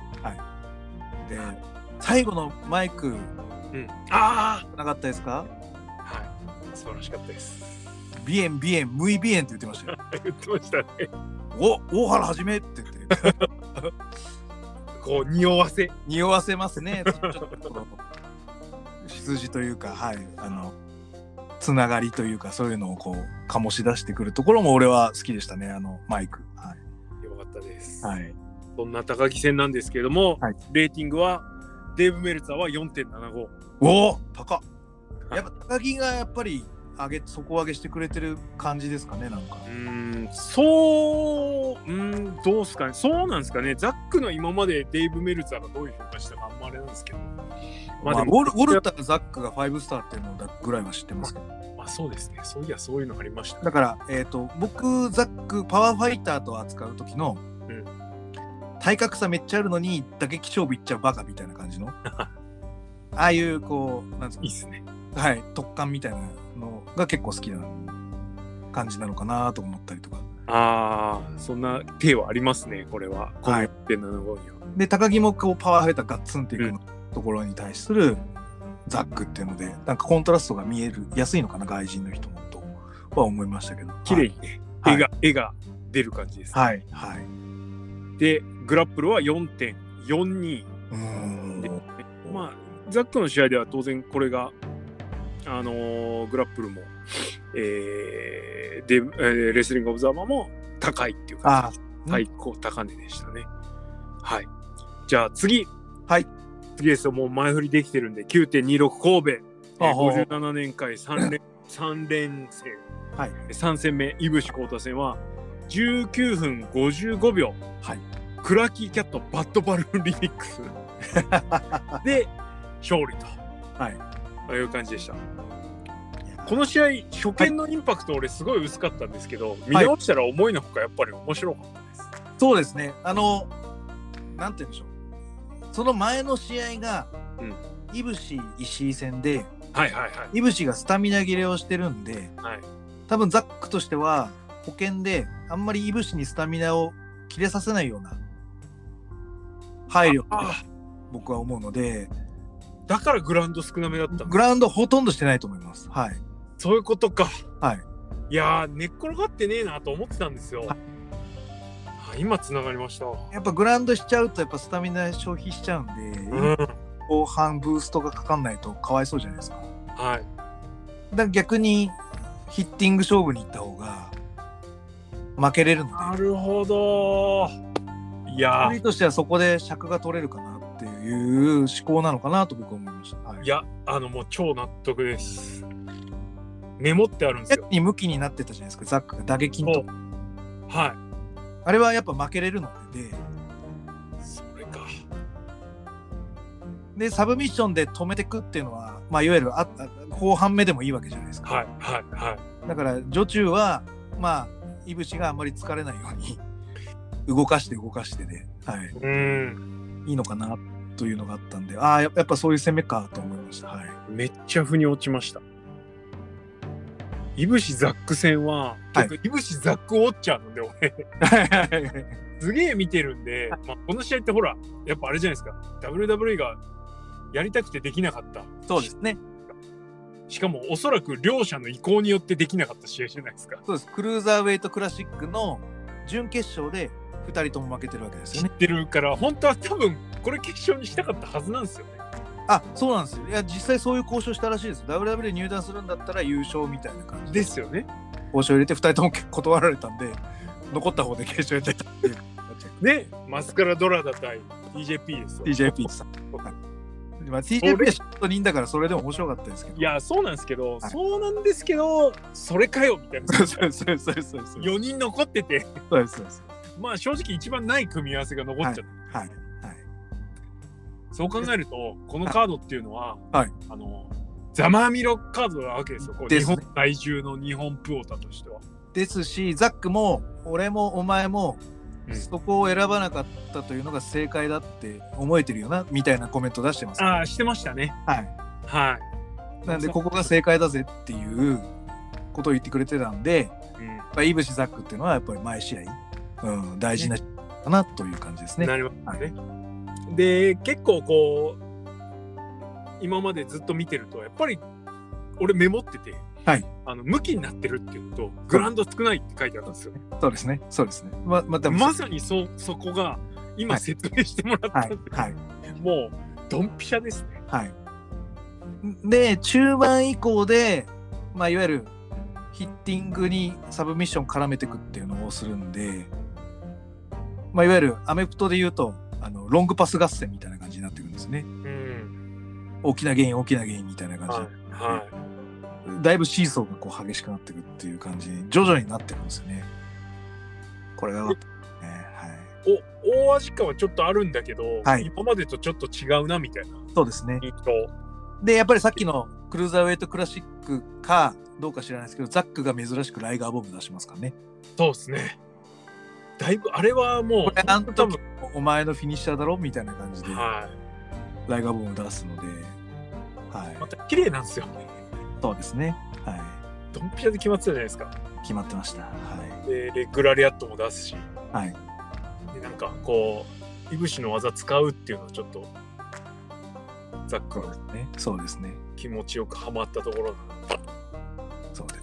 で、最後のマイク、
うん、あ
なかったですか
あはい素晴らしかったです。
ビエンビエン、ムイビエンって言ってましたよ。
言ってましたね。
お、大原はじめって言って、
こう匂わせ。
匂わせますね。ちょっと羊というか、はい、あの、つながりというか、そういうのをこう、醸し出してくるところも俺は好きでしたね、あの、マイク。は
よかったです。
い。はい、
そんな高木戦なんですけれども、
はい
レーティングはデーブ・メルツァーは4.75。
おお高っやっぱ高木がやっぱり上げ底上げしてくれてる感じですかねなんか
うーんそう、うーん、どうすかね、そうなんですかね、ザックの今までデイブ・メルツァーがどういう評価したか、あんまあれなんですけど、
ま
まあ
あ、ま
で
あ、ウ
も、
ォルウォルターザックが5スターっていうのだぐらいは知ってますけど
まあ、そうですね、そういや、そういうのありましたね。
だから、えっと僕ザックパワーファイターと扱う時の、
ん
体格差めっちゃあるのに打撃勝負いっちゃうバカみたいな 感じのああいうこうなんつう
いいっすね。
のはい突感みたいなのが結構好きな感じなのかなと思ったりとか
ああ、そんな手はありますね、これは、この
はい
4.75には。
で高木もこうパワーファイターガッツンっていうところに対するザックっていうのでなんかコントラストが見える安いのかな外人の人もとは思いましたけど
綺麗にね、
はい
絵が、絵が出る感じです、
はいはい
で、グラップルは4.42。
うーん
まあ、ザックの試合では当然これが、あのーグラップルも、えーでえーレスリングオブザーバーも高いっていうか、
あうん
最高高値でしたね。はい。じゃあ次。
はい。
次ですよ。もう前振りできてるんで、9.26神戸。え
あ
ー
ほう
57年会3連 三連戦、
はい
3戦目、イブシコータ戦は19分55秒、
はい
クラキーキャットバッドバルーンリミック スで勝利と、
はい
という感じでした。
いや
この試合、初見のインパクト、俺、すごい薄かったんですけど、見直したら思いのほか、やっぱり面白かったです。
そうですねあのなんて言うんでしょうその前の試合が、
うん
いぶし石井戦で
はいはいはい。
いぶしがスタミナ切れをしてるんで
はい、
多分ザックとしては保険であんまりいぶしにスタミナを切れさせないような配慮
ああ
僕は思うので
だからグラウンド少なめだったんだ
グラウンドほとんどしてないと思いますはい
そういうことか。
はい
いやー、寝っ転がってねえなと思ってたんですよ。
は
あ今、つながりました。
やっぱグラウンドしちゃうとやっぱスタミナ消費しちゃうんで、
うん。
後半ブーストがかかんないとかわいそうじゃないですかだか
はい。
ら逆にヒッティング勝負に行った方が負けれるので
なるほど。いや
距離としてはそこで尺が取れるかなっていう思考なのかなと僕は思いました、はい
ー、いや、あの、もう超納得です。メモってあるんです
逆
よ。
に向きになってたじゃないですか、ザックが打撃のと
そ
こ
うはい。
あれはやっぱ負けれるので、
それか。
で、サブミッションで止めてくっていうのは、まあ、いわゆるああ後半目でもいいわけじゃないですか。
はいはいはい。
だから、女中は、まあ、いぶしがあんまり疲れないように、動かして動かしてで、はい、
うん。
いいのかなというのがあったんで、ああ、やっやっぱそういう攻めかと思いました。はい。
めっちゃ腑に落ちました。いぶしザック戦は、
はい
いぶしザックウォッチャーなんで、俺。すげえ見てるんで、まあ、この試合ってほらやっぱあれじゃないですか WWE がやりたくてできなかった
そうですね。
ししかもおそらく両者の意向によってできなかった試合じゃないですか
そうです。クルーザーウェイトクラシックの準決勝で2人とも負けてるわけですよ
知っ
ね。
てるから本当は多分これ決勝にしたかったはずなんですよね
あ、そうなんですよ。いや、実際そういう交渉したらしいです。WWE 入団するんだったら優勝みたいな感じで
ですよね
交渉入れて2人とも断られたんで残った方で決勝やっちゃったっていう
ねマスカラドラダ対 TJP ですよ
TJP さん。まあ、TJP はちょっと人だからそれでも面白かったですけど。
いやそうなんですけど、
はい
そうなんですけどそれかよみたいな
そうそうそうそうそうそう
4人残ってて
そうですそうです。
まあ正直一番ない組み合わせが残っちゃった、
はいはい。
そう考えるとこのカードっていうのは、
はい
あのざまあみろカードなわけですよ。こう
で
日
すね
本在住の日本プオタとしては。
ですし、ザックも、俺もお前も
う、ん
そこを選ばなかったというのが正解だって思えてるよな、みたいなコメント出してます。は
ああ、してましたね。
い。
は
なんで、ここが正解だぜっていうことを言ってくれてたんで、
い。うん
まあ、イブシザックっていうのはやっぱり毎試合、うん、大事なかなという感じですね。
なりますね。で結構こう今までずっと見てるとやっぱり俺メモってて、
はい
あの向きになってるっていうのとグラウンド少ないって書いてあったんですよ。
そうですね。そうですね。ま、また、
まさにそそこが今
はい
説明してもらった
は
んで、
いはい
もうドンピシャですね。
はい。で中盤以降で、まあ、いわゆるヒッティングにサブミッション絡めてくっていうのをするんで、まあ、いわゆるアメフトで言うとあのロングパス合戦みたいな感じになってくるんですね。
うん
大きな原因大きな原因みたいな感じ
は
で。
いは、
だいぶシーソーがこう激しくなってくっていう感じに徐々になってくんですよね。これが、ね、はい
お大味感はちょっとあるんだけど、
はい。
今までとちょっと違うなみたいない
そうですね。
印象。
で、やっぱりさっきのクルーザーウェイトクラシックかどうか知らないですけど、ザックが珍しくライガーボム出しますからね。
そうですね。だいぶあれはもう
これあの
多
時
分
お前のフィニッシャーだろみたいな感じで
はい。
ライガーボム出すので、はい、
また綺麗なんですよ。
そうですね。は
ドンピシャで決まってたじゃないですか。
い、決まってました。は
で、グラリアットも出すし、
い、はい、
でなんかこう、いぶしの技使うっていうのはちょっと、ザック
そうで
の
すね。そうですね。
気持ちよくハマったところだな
そうです。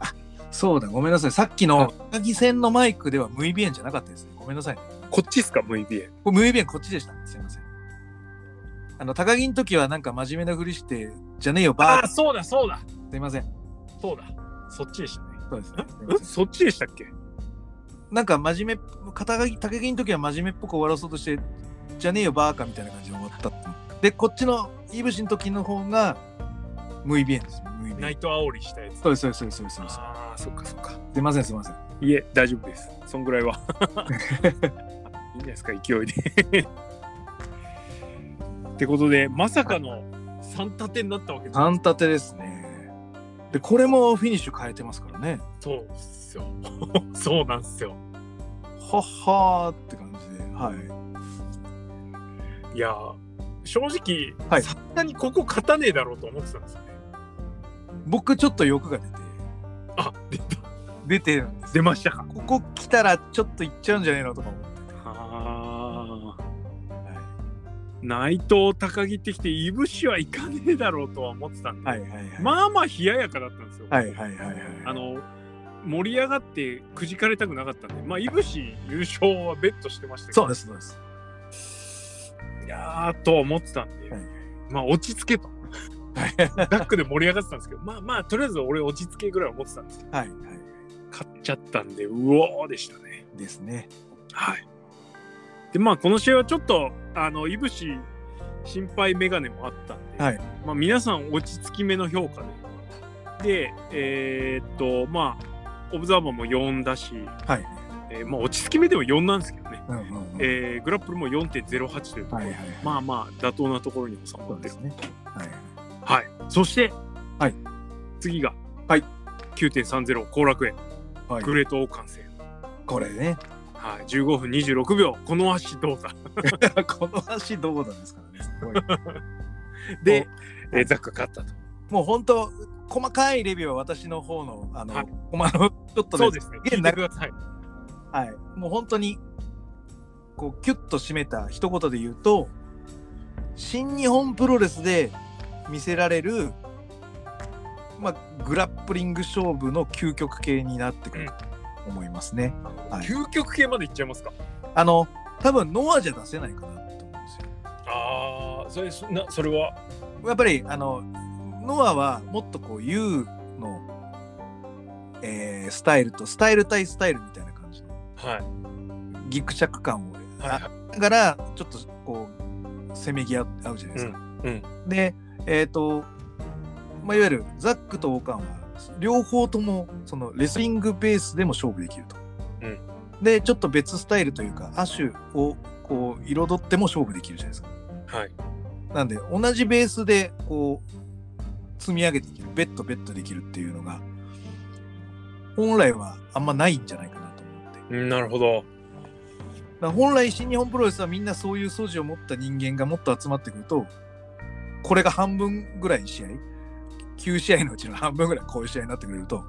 あ、そうだ。ごめんなさい。さっきの高木戦のマイクではムイビエンじゃなかったですね。ごめんなさい。
こっちっすか、VBA。
これムイビエンこっちでした。すいません。あの高木の時はなんか真面目なふりしてじゃねえよ
あ
バ
あ、そうだ、そうだ、
ー。すいません。
そうだ、そっちでしたね。
そうですね。すい
う
ま
ん
せん
そっちでしたっけ
なんか真面目っぽ、肩書き、竹木の時は真面目っぽく終わらそうとして、じゃねえよ、バーカみたいな感じで終わったっていう。で、こっちのいぶしの時の方が、ムイビエンです。ムイビエ
ナ
ン
イ。ト煽りしたやつ。
そうです、そうです、そうです、そうです。
ああ、そっかそっか。
すいません、すいません。
いえ、大丈夫です。そんぐらいは。いいんじゃないですか、勢いで。ってことで、まさかの3立てになったわけですね
三立てですね。で、これもフィニッシュ変えてますからね。
そうっすよ。 そうなんすよ。
はっはーって感じで。はい。
いやー、正直、
はい
さすがにここ勝たねえだろうと思ってたんですよね。
僕、ちょっと欲が出て、
あ、出た。
出てるんです。
出ましたか。
ここ来たら、ちょっと行っちゃうんじゃねえのとか思って。
ああ。
は
内藤高木ってきて、いぶしはいかねえだろうとは思ってたんで、
い、はい、はいはい。
まあまあ冷ややかだったんですよ。
はい、はい、はい、はい。
あの、盛り上がってくじかれたくなかったんで、まあ、いぶし優勝はベットしてましたけど、
そうです、そうです。
いやーとは思ってたんで、
はい
まあ落ち着け と。ダックで盛り上がってたんですけど、まあまあ、とりあえず俺落ち着けぐらいは思ってたんですけど、
はい、はい。
買っちゃったんで、うおーでしたね。
ですね。
はい。で、まあ、この試合はちょっと、あの、いぶし心配メガネもあったんで、
はい
まあ、皆さん落ち着き目の評価で。で、えーっと、まあ、オブザーバーも4だし、
はい。
えーまあ、落ち着き目でも4なんですけどね、
うんうんうん
えーグラップルも4.08というところ
は
で、
いはい。
まあまあ、妥当なところに収ま
そう
って
で
る
す。ね。はい。
はい。そして、
はい
次が、
はい
9.30後楽園、
はい
グレート王冠戦。
これね。
はい、15分26秒、この足どうだ
この足どうなんですからね。すごい
で、
お
えーザックが勝ったと。
もう本当細かいレビューは私の方の、あの、
はい
コマの、ちょっと
そうですね。
げえ
聞いてください。
はい。もう本当に、こう、キュッと締めた一言で言うと、新日本プロレスで見せられる、まあ、グラップリング勝負の究極系になってくるかと思いますね。はい
究極系までいっちゃいますか。
あの、多分ノアじゃ出せないかなと思うんですよ。
ああ、それそなそれは
やっぱり、あの、ノアはもっとこう、U の、えースタイルと、スタイル対スタイルみたいな感じの
はい
ギクシャク感を、
はい
あだから、ちょっとこう、せめぎ合う合うじゃないですか。
うん
で、えっ、と、まあ、いわゆるザックとオカンは、両方とも、その、レスリングベースでも勝負できると。
うん
で、ちょっと別スタイルというか、亜種を、こう、彩っても勝負できるじゃないですか。
はい
なんで同じベースでこう積み上げていける、ベッドベッドできるっていうのが、本来はあんまないんじゃないかなと思って。だか
うんなるほど。
ら本来、新日本プロレスはみんなそういう素地を持った人間がもっと集まってくると、これが半分ぐらい試合、9試合のうちの半分ぐらいこういう試合になってくれると、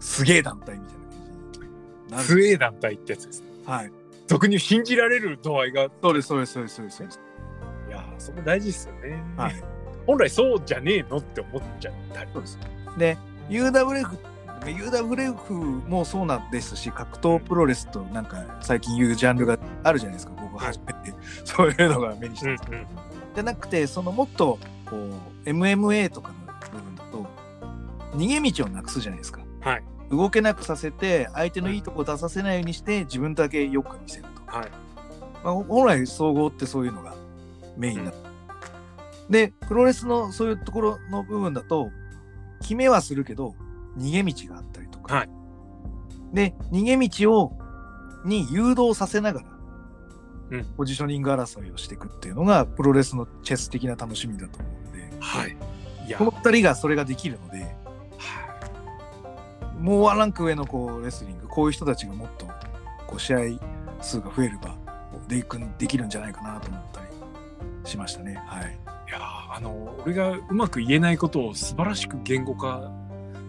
すげえ団体みたいな感じになる。
スウェーダン対ってやつです。
はい。
俗に信じられる度合いが。い
そうです、そうです、そうです、そうです。
やー、そこ大事ですよね。
はい。
本来そうじゃねえのって思っちゃったり。
そうです。で、UWF、UWF もそうなんですし、格闘プロレスとなんか最近言うジャンルがあるじゃないですか、僕初めて。 そういうのが目にし
う
て、
んう
る
ん。
じゃなくて、そのもっとこう、MMA とかの部分だと、逃げ道をなくすじゃないですか。
はい。
動けなくさせて、相手のいいとこを出させないようにして、自分だけよく見せると。
はい。
まあ、本来総合ってそういうのがメインだ、でプロレスのそういうところの部分だと決めはするけど逃げ道があったりとか、
はい
で逃げ道をに誘導させながら、
うん
ポジショニング争いをしていくっていうのがプロレスのチェス的な楽しみだと思うんで
はい。いや
この、2人がそれができるのでもうワンランク上のこうレスリングこういう人たちがもっとこう試合数が増えればこうでいくんできるんじゃないかなと思ったりしましたね。はい、
いやーあの俺がうまく言えないことを素晴らしく言語化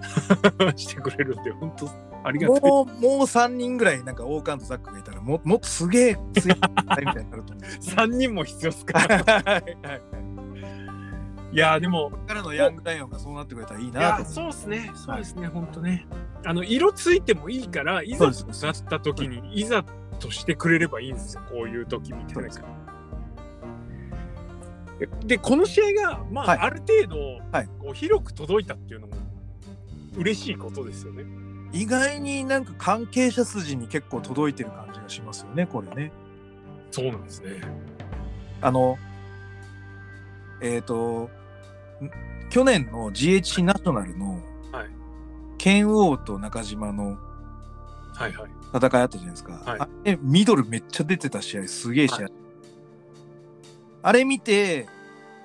してくれるんで本当ありがたい
もうもう3人ぐらいなんか王冠とザックがいたらももっとすげえ強いみたいになると思うんですよね。
3人も必要ですか
はいはい
いやーでも
これからの ヤングライオンがそうなってくれたらいい
い
な
や
と
そうですねそうですね本当ねあの色ついてもいいからい
そ
ざ
うです
となった時にいざとしてくれればいいんですよこういう時みたいな
そ
でこの試合がまあ、
はい
ある程度、
はい
こう広く届いたっていうのも嬉しいことですよね
意外になんか関係者筋に結構届いてる感じがしますよねこれね。
そうなんですね
あの、えっ、と、ん去年の GHC ナショナルの、
はい
剣王と中島の
はいはい
戦いあったじゃないですか。
はい
あれ、ミドルめっちゃ出てた試合、すげえ試合。
は
あれ見て、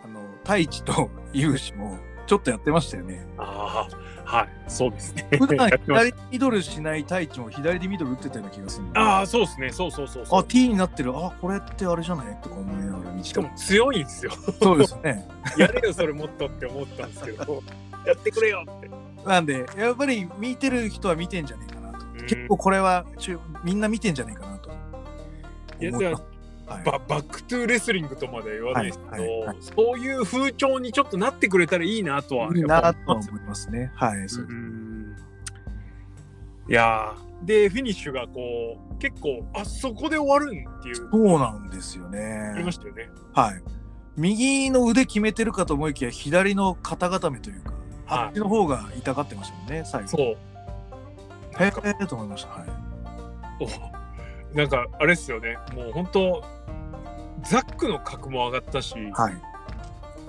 あの、太一と 勇士も、ちょっとやってましたよね。
ああはいそうですね
普 段
やってまし
左でミドルしない太一も左でミドル打ってたような気がするんで
たああそうですねそうそうそうそう
あ、T になってる。あ、これってあれじゃないとか思いながら見て
したか。も強いんですよ
そうですね。
やれよそれもっとって思ったんですけど やってくれよって
なんで、やっぱり見てる人は見てんじゃねえかなと。
ん
結構これは中みんな見てんじゃねえかなと。
いや
思いま
じ
はい
ババックトゥーレスリングとまでは言わないですけど、
はいはいはい
そういう風潮にちょっとなってくれたらいいなとはい
い
やっぱ
なとは思いますね。はい、そううです。
んいやーでフィニッシュがこう結構あそこで終わるんっていう
そうなんですよ
ありま
ね。
したよね
はい。右の腕決めてるかと思いきや、左の肩固めというか、
はい
あっちの方が痛がってましたもんね、最後。
そう
へえと思いました。はい。
おなんかあれですよねもう本当ザックの格も上がったし、
はい。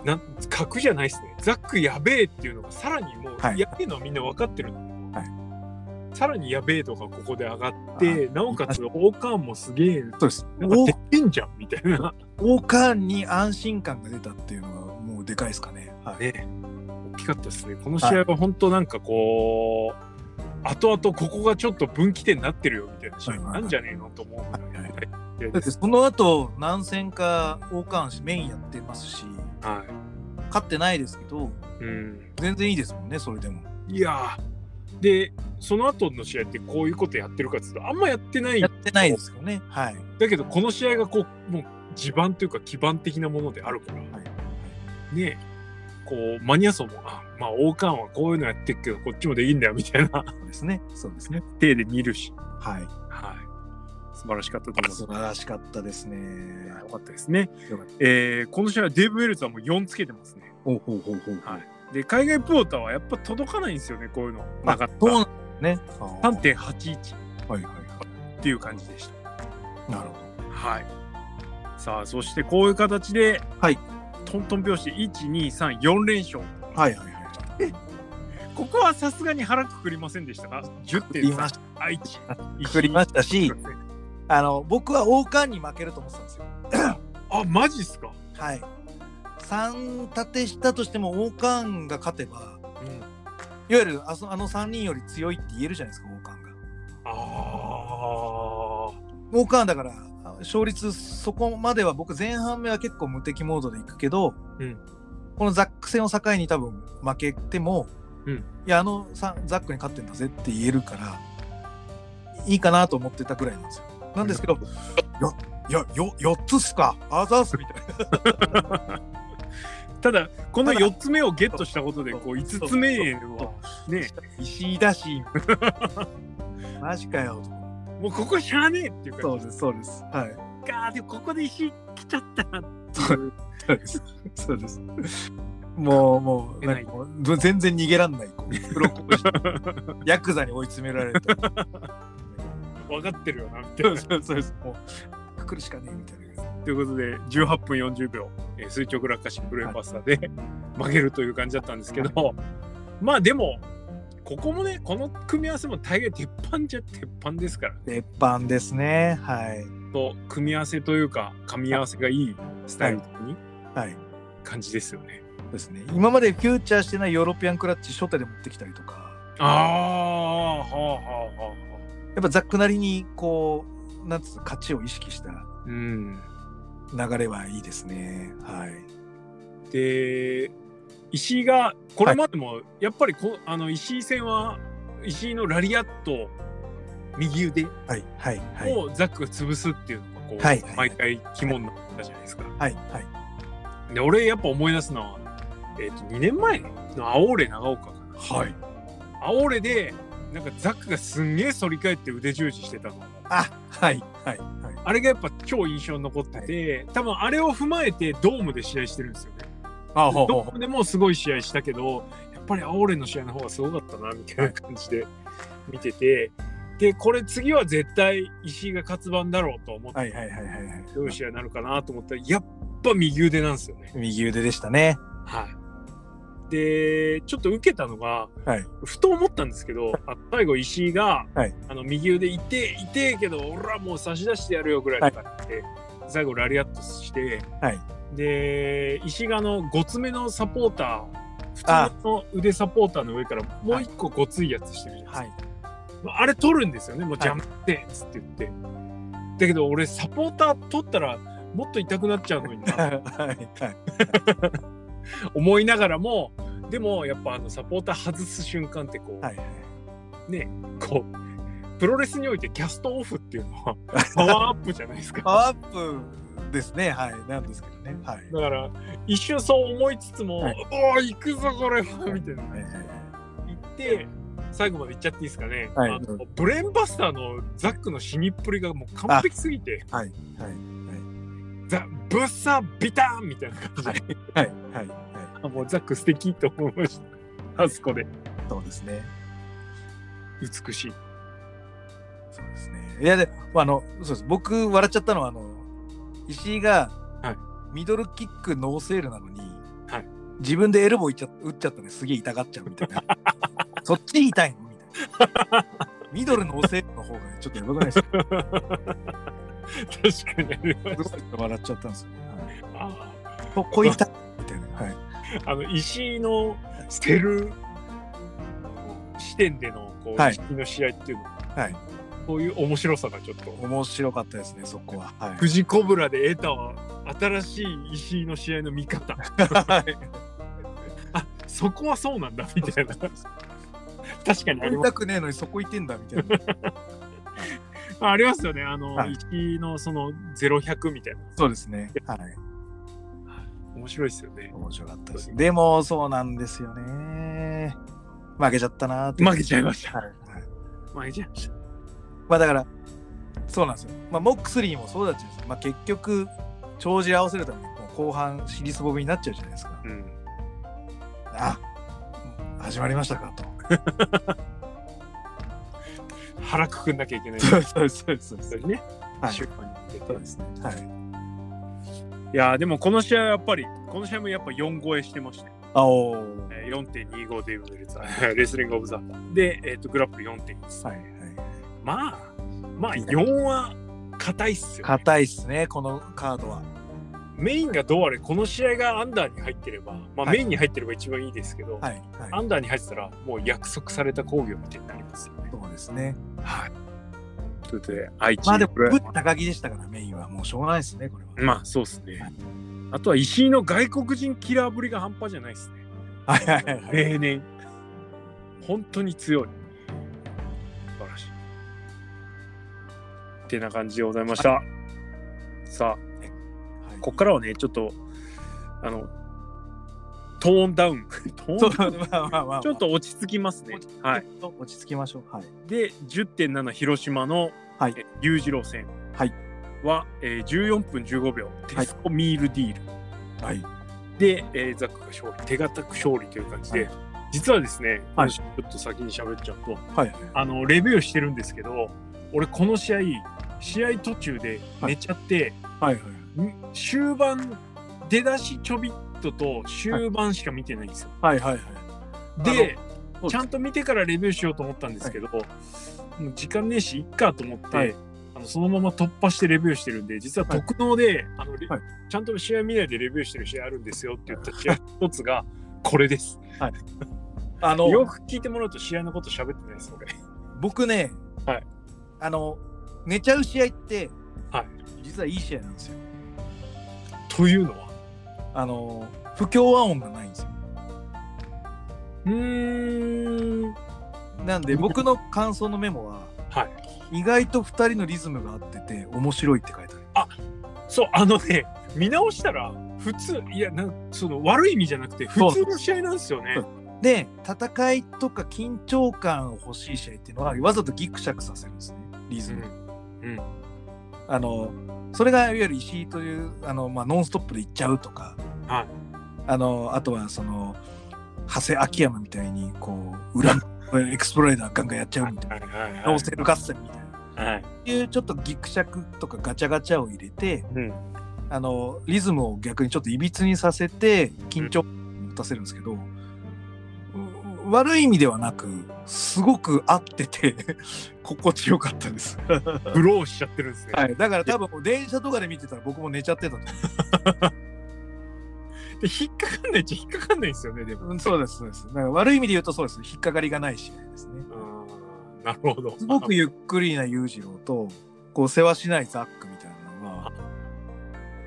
なん格じゃないですねザックやべえっていうのがさらにもう、
はい
やべえのはみんな分かってるの、さらにやべえとかここで上がって、
は
なおかつ王冠もすげえ
そうです。
なんかでっけんじゃんみたいな
王冠に安心感が出たっていうのがもうでかいですかね。はい。
ね大きかったですねこの試合は本当なんかこう、後々ここがちょっと分岐点になってるよみたいな試合
はいはいはい
なんじゃねえのと思うぐらいや
は
りた
だ
いで
って
す
その後、何戦か王冠メインやってますし、
は
勝ってないですけど、
い、うん
全然いいですもんね、それでも。
いやーでその後の試合ってこういうことやってるかっていうとあんまやってない
やってないですよね。はい。
だけどこの試合がこうもう地盤というか基盤的なものであるから、ねえこうマニア層もあまあ王冠はこういうのやってるけどこっちもできんだよみたいな
そうですね。そうですね。
手で見るし、
は
はい、素晴らしかったと
い。
思い
素
ま
晴らしかったですね。
す。よかったですね
よかった。
えーこの試合はデーブ・ウェルズはもう4つけてますね。
ほうほうほうほう
で海外プローターはやっぱ届かないんですよねこういうの。なかっ
そうな
た。
んですね。あー
3.81
はいは
っていう感じでした。
い。なるほ
はい。さあ、そしてこういう形で、
はい
トントン拍子で1、2、3、4連勝。
ど。はいはいは
ここはさすがに腹くくりませんでしたか
い。言いま
?10.3
し
愛知。
た。振りましたし、あの、僕は王冠に負けると思ってたんですよ。
あ、マジっすか
はい。 3立てしたとしても王冠が勝てば
うん、
いわゆるあそあの3人より強いって言えるじゃないですか王冠が。
あ
王冠だから勝率そこまでは僕前半目は結構無敵モードでいくけど、
うん
このザック戦を境に多分負けても、
うん
いやあのさザックに勝ってんだぜって言えるからいいかなと思ってたぐらいなんですよ。なんですけど、よよよ4つっすかアザースみ たいな。
ただこの
ただ
4つ目をゲットしたことでこう5つ目
そう
はね
石井だし マジかよと
もうここしゃあねえっていうか
そうですそうですはい
かでもここで石来ちゃったなって
そ
いう
そうですそうですもうもう
出ない
なんかもうず全然逃げらんないこうブロックをしてヤクザに追い詰められて
分かってるよなみたい
そ
な
うですそうですもうくくるしかねえみたいな
ということで18分40秒、えー垂直落下式ブルーパスタで、負けるという感じだったんですけど、まあでもここもねこの組み合わせも大概鉄板じゃ鉄板ですから
鉄板ですねはい
と組み合わせというか噛み合わせがいいスタイルに
はい
感じですよね。
そうですね今までフューチャーしてないヨーロピアンクラッチ初手で持ってきたりとか
ああはあはあは
やっぱザックなりにこうなんつうの勝ちを意識した
あ。うん、
流れはいいですねはい
で石井がこれまでもやっぱりこ、あの石井戦は石井のラリアット右腕
はいはいはい
をザックが潰すっていうのがこう、
はいはい
毎回肝になったじゃないですか。
はいはい
で俺やっぱ思い出すのは、えっと2年前のアオーレ長岡かな。
はい
アオーレでなんかザックがすんげえ反り返って腕十字してたの。
あはいはいはい
あれがやっぱ超印象に残ってて、多分あれを踏まえてドームで試合してるんですよね。
あほうほ
ド
う
ー
ほ
ムでもすごい試合したけど、やっぱりアオーレの試合の方がすごかったなみたいな感じで見てて、で、これ次は絶対石井が勝つ番だろうと思っ
う
て、
はいはいはいはいはい
どういう試合になるかなと思ったら、やっぱ右腕なんですよね。
右腕でしたね
はい。で、ちょっと受けたのが、
はい
ふと思ったんですけど、あ最後石井が、
はい
あの右腕痛え痛えけど、俺はもう差し出してやるよぐらいとかって、最後ラリアットして、
はい
で、石井があの5つ目のサポーター、
あ
普通の腕サポーターの上からもう一個ごついやつしてるじゃないですか。
はい
まああれ取るんですよね、もう邪魔ってっつって言って。だけど俺サポーター取ったらもっと痛くなっちゃうのに な
はいはい
思いながらもでもやっぱあのサポーター外す瞬間ってこう、
はい
ねこうプロレスにおいてキャストオフっていうのは パワーアップじゃないですか
パワーアップですねはいなんですけどねはい
だから一瞬そう思いつつも「
はい
おお行くぞこれは」みたいな
はいはい
言って最後まで行っちゃっていいですかね、
はい
あの
う
ブレーンバスターのザックの死にっぷりがもう完璧すぎて
はいはい
「ザ・ブッサビターン!」みたいな感じで、
はいはいは
あもうザック素敵と思いましたあそこで
いそうですね
美しい
そうですねいやでまああのそうです僕笑っちゃったのはあの石井が
はい
ミドルキックノーセールなのに
はい
自分でエルボーいっちゃ打っちゃったねすげえ痛がっちゃう みたいなそっち痛いのみたいなミドルのセールの方がちょっとやばくないですか
確かにありまし
すごい笑っちゃったんですよ、はい
た あー
ここういったみたいなはい
あの石井の捨てる視点でのこう、
はい
石井の試合っていうのは、
はい
そういう面白さがちょっと
面白かったですねそこははい
富士コブラで得たは新しい石井の試合の見 方あそこはそうなんだみたいな確かにあり
取り
ます
たくねえのにそこ行ってんだみたいな
あありますよねあの、
はい
石井のその0100みたいな
そうですねはい
面白いですよね
面白かったですでもそうなんですよね負けちゃったなって
負けちゃいました
はいはい、
前じゃん
まあだからそうなんですよまあモックスリーもそうだったんですよまあ結局帳尻合わせるためにもう後半尻すぼみになっちゃうじゃないですか
うん
あ始まりましたかと
腹くくんなきゃいけない
そうそうそうそう
それね、
はい
週間に向けて
そうですねはい
いやーでもこの試合はやっぱりこの試合もやっぱ4超えしてましたね
あおー
えー4.25デイブ・ルツァー レスリング・オブ・ザ・で、えー、とグラップル4.13
はいはい
まあまあ4は硬いっすよ、ね、
硬いっすねこのカードは
メインがどうあれ、この試合がアンダーに入ってれば、まあ、
はい
メインに入ってれば一番いいですけど、
はい、
ア
はい、
ンダーに入ってたら、もう約束された工業みたいになりますよね。
そうですね。
はい。ということで、愛知
まあでも、
プロ
ぶっ高木でしたから、メインはもうしょうがないですね、これは。
まあ、そうですね。あとは石井の外国人キラーぶりが半端じゃないですね。
はいはいはいはい。
例年。本当に強い。素晴らしい。ってな感じでございました。さあ、
はい
ここからはね、ちょっと、あの、トーンダウン。ト
そ
ー
う
ンダウン
まあまあまあ。
ちょっと落ち着きますね
落ち。
はい。
落ち着きましょう。はい。
で10.7広島の、
はい
え裕次郎戦
はい
はえー14分15秒テスコミールディール、
はい。
で、えーザックが勝利手堅く勝利という感じで、
は
実はですね、
はい
ちょっと先に喋っちゃうと
はい。
あのレビューしてるんですけど俺この試合試合途中で寝ちゃって、
はい。
ん終盤出だしちょびっとと終盤しか見てないんですよ。
はい。はい。はい。
で
あの
ちゃんと見てからレビューしようと思ったんですけど、もう時間ねえしいっかと思って、
はい
あのそのまま突破してレビューしてるんで実は
はい
特納で、あのレ
はい
ちゃんと試合見ないでレビューしてる試合あるんですよって言った試合一つがこれです。
あの、
よく聞いてもらうと試合のこと喋ってないです俺。
僕ね、
はい
あの、寝ちゃう試合って、
はい
実はいい試合なんですよ。
というのは
あの、不協和音がないんですよ。
うーん
なんで、僕の感想のメモは、
はい
意外と2人のリズムが合ってて、面白いって書いてある。
そうあのね見直したら普通いやなんその悪い意味じゃなくて
そう
普通の試合なんですよね
そう。で、戦いとか緊張感を欲しい試合っていうのは、わざとギクシャクさせるんですね、リズムを。
うん
あのそれがいわゆる石井というあの、まあ、ノンストップで行っちゃうとか、
はい
あのあとはその長谷秋山みたいにこう裏 のエクスプロイダーガンガンやっちゃうみたいな
はいはいはい
ノーセル合戦みたいな。
はい
いうちょっとギクシャクとかガチャガチャを入れて
うん
あのリズムを逆にちょっといびつにさせて緊張を持たせるんですけど、う悪い意味ではなくすごく合ってて 心地よかったです。
ブローしちゃってるんですね。
はい、だから多分もう電車とかで見てたら僕も寝ちゃってたと思う
で引っかかんないっちゃ引っかかんないですよねでも。
うん、そうです、そうです。だから悪い意味で言うとそうです。引っかかりがない試合ですね。
なるほど。
すごくゆっくりな裕次郎と、こう、世話しないザックみたいなのが、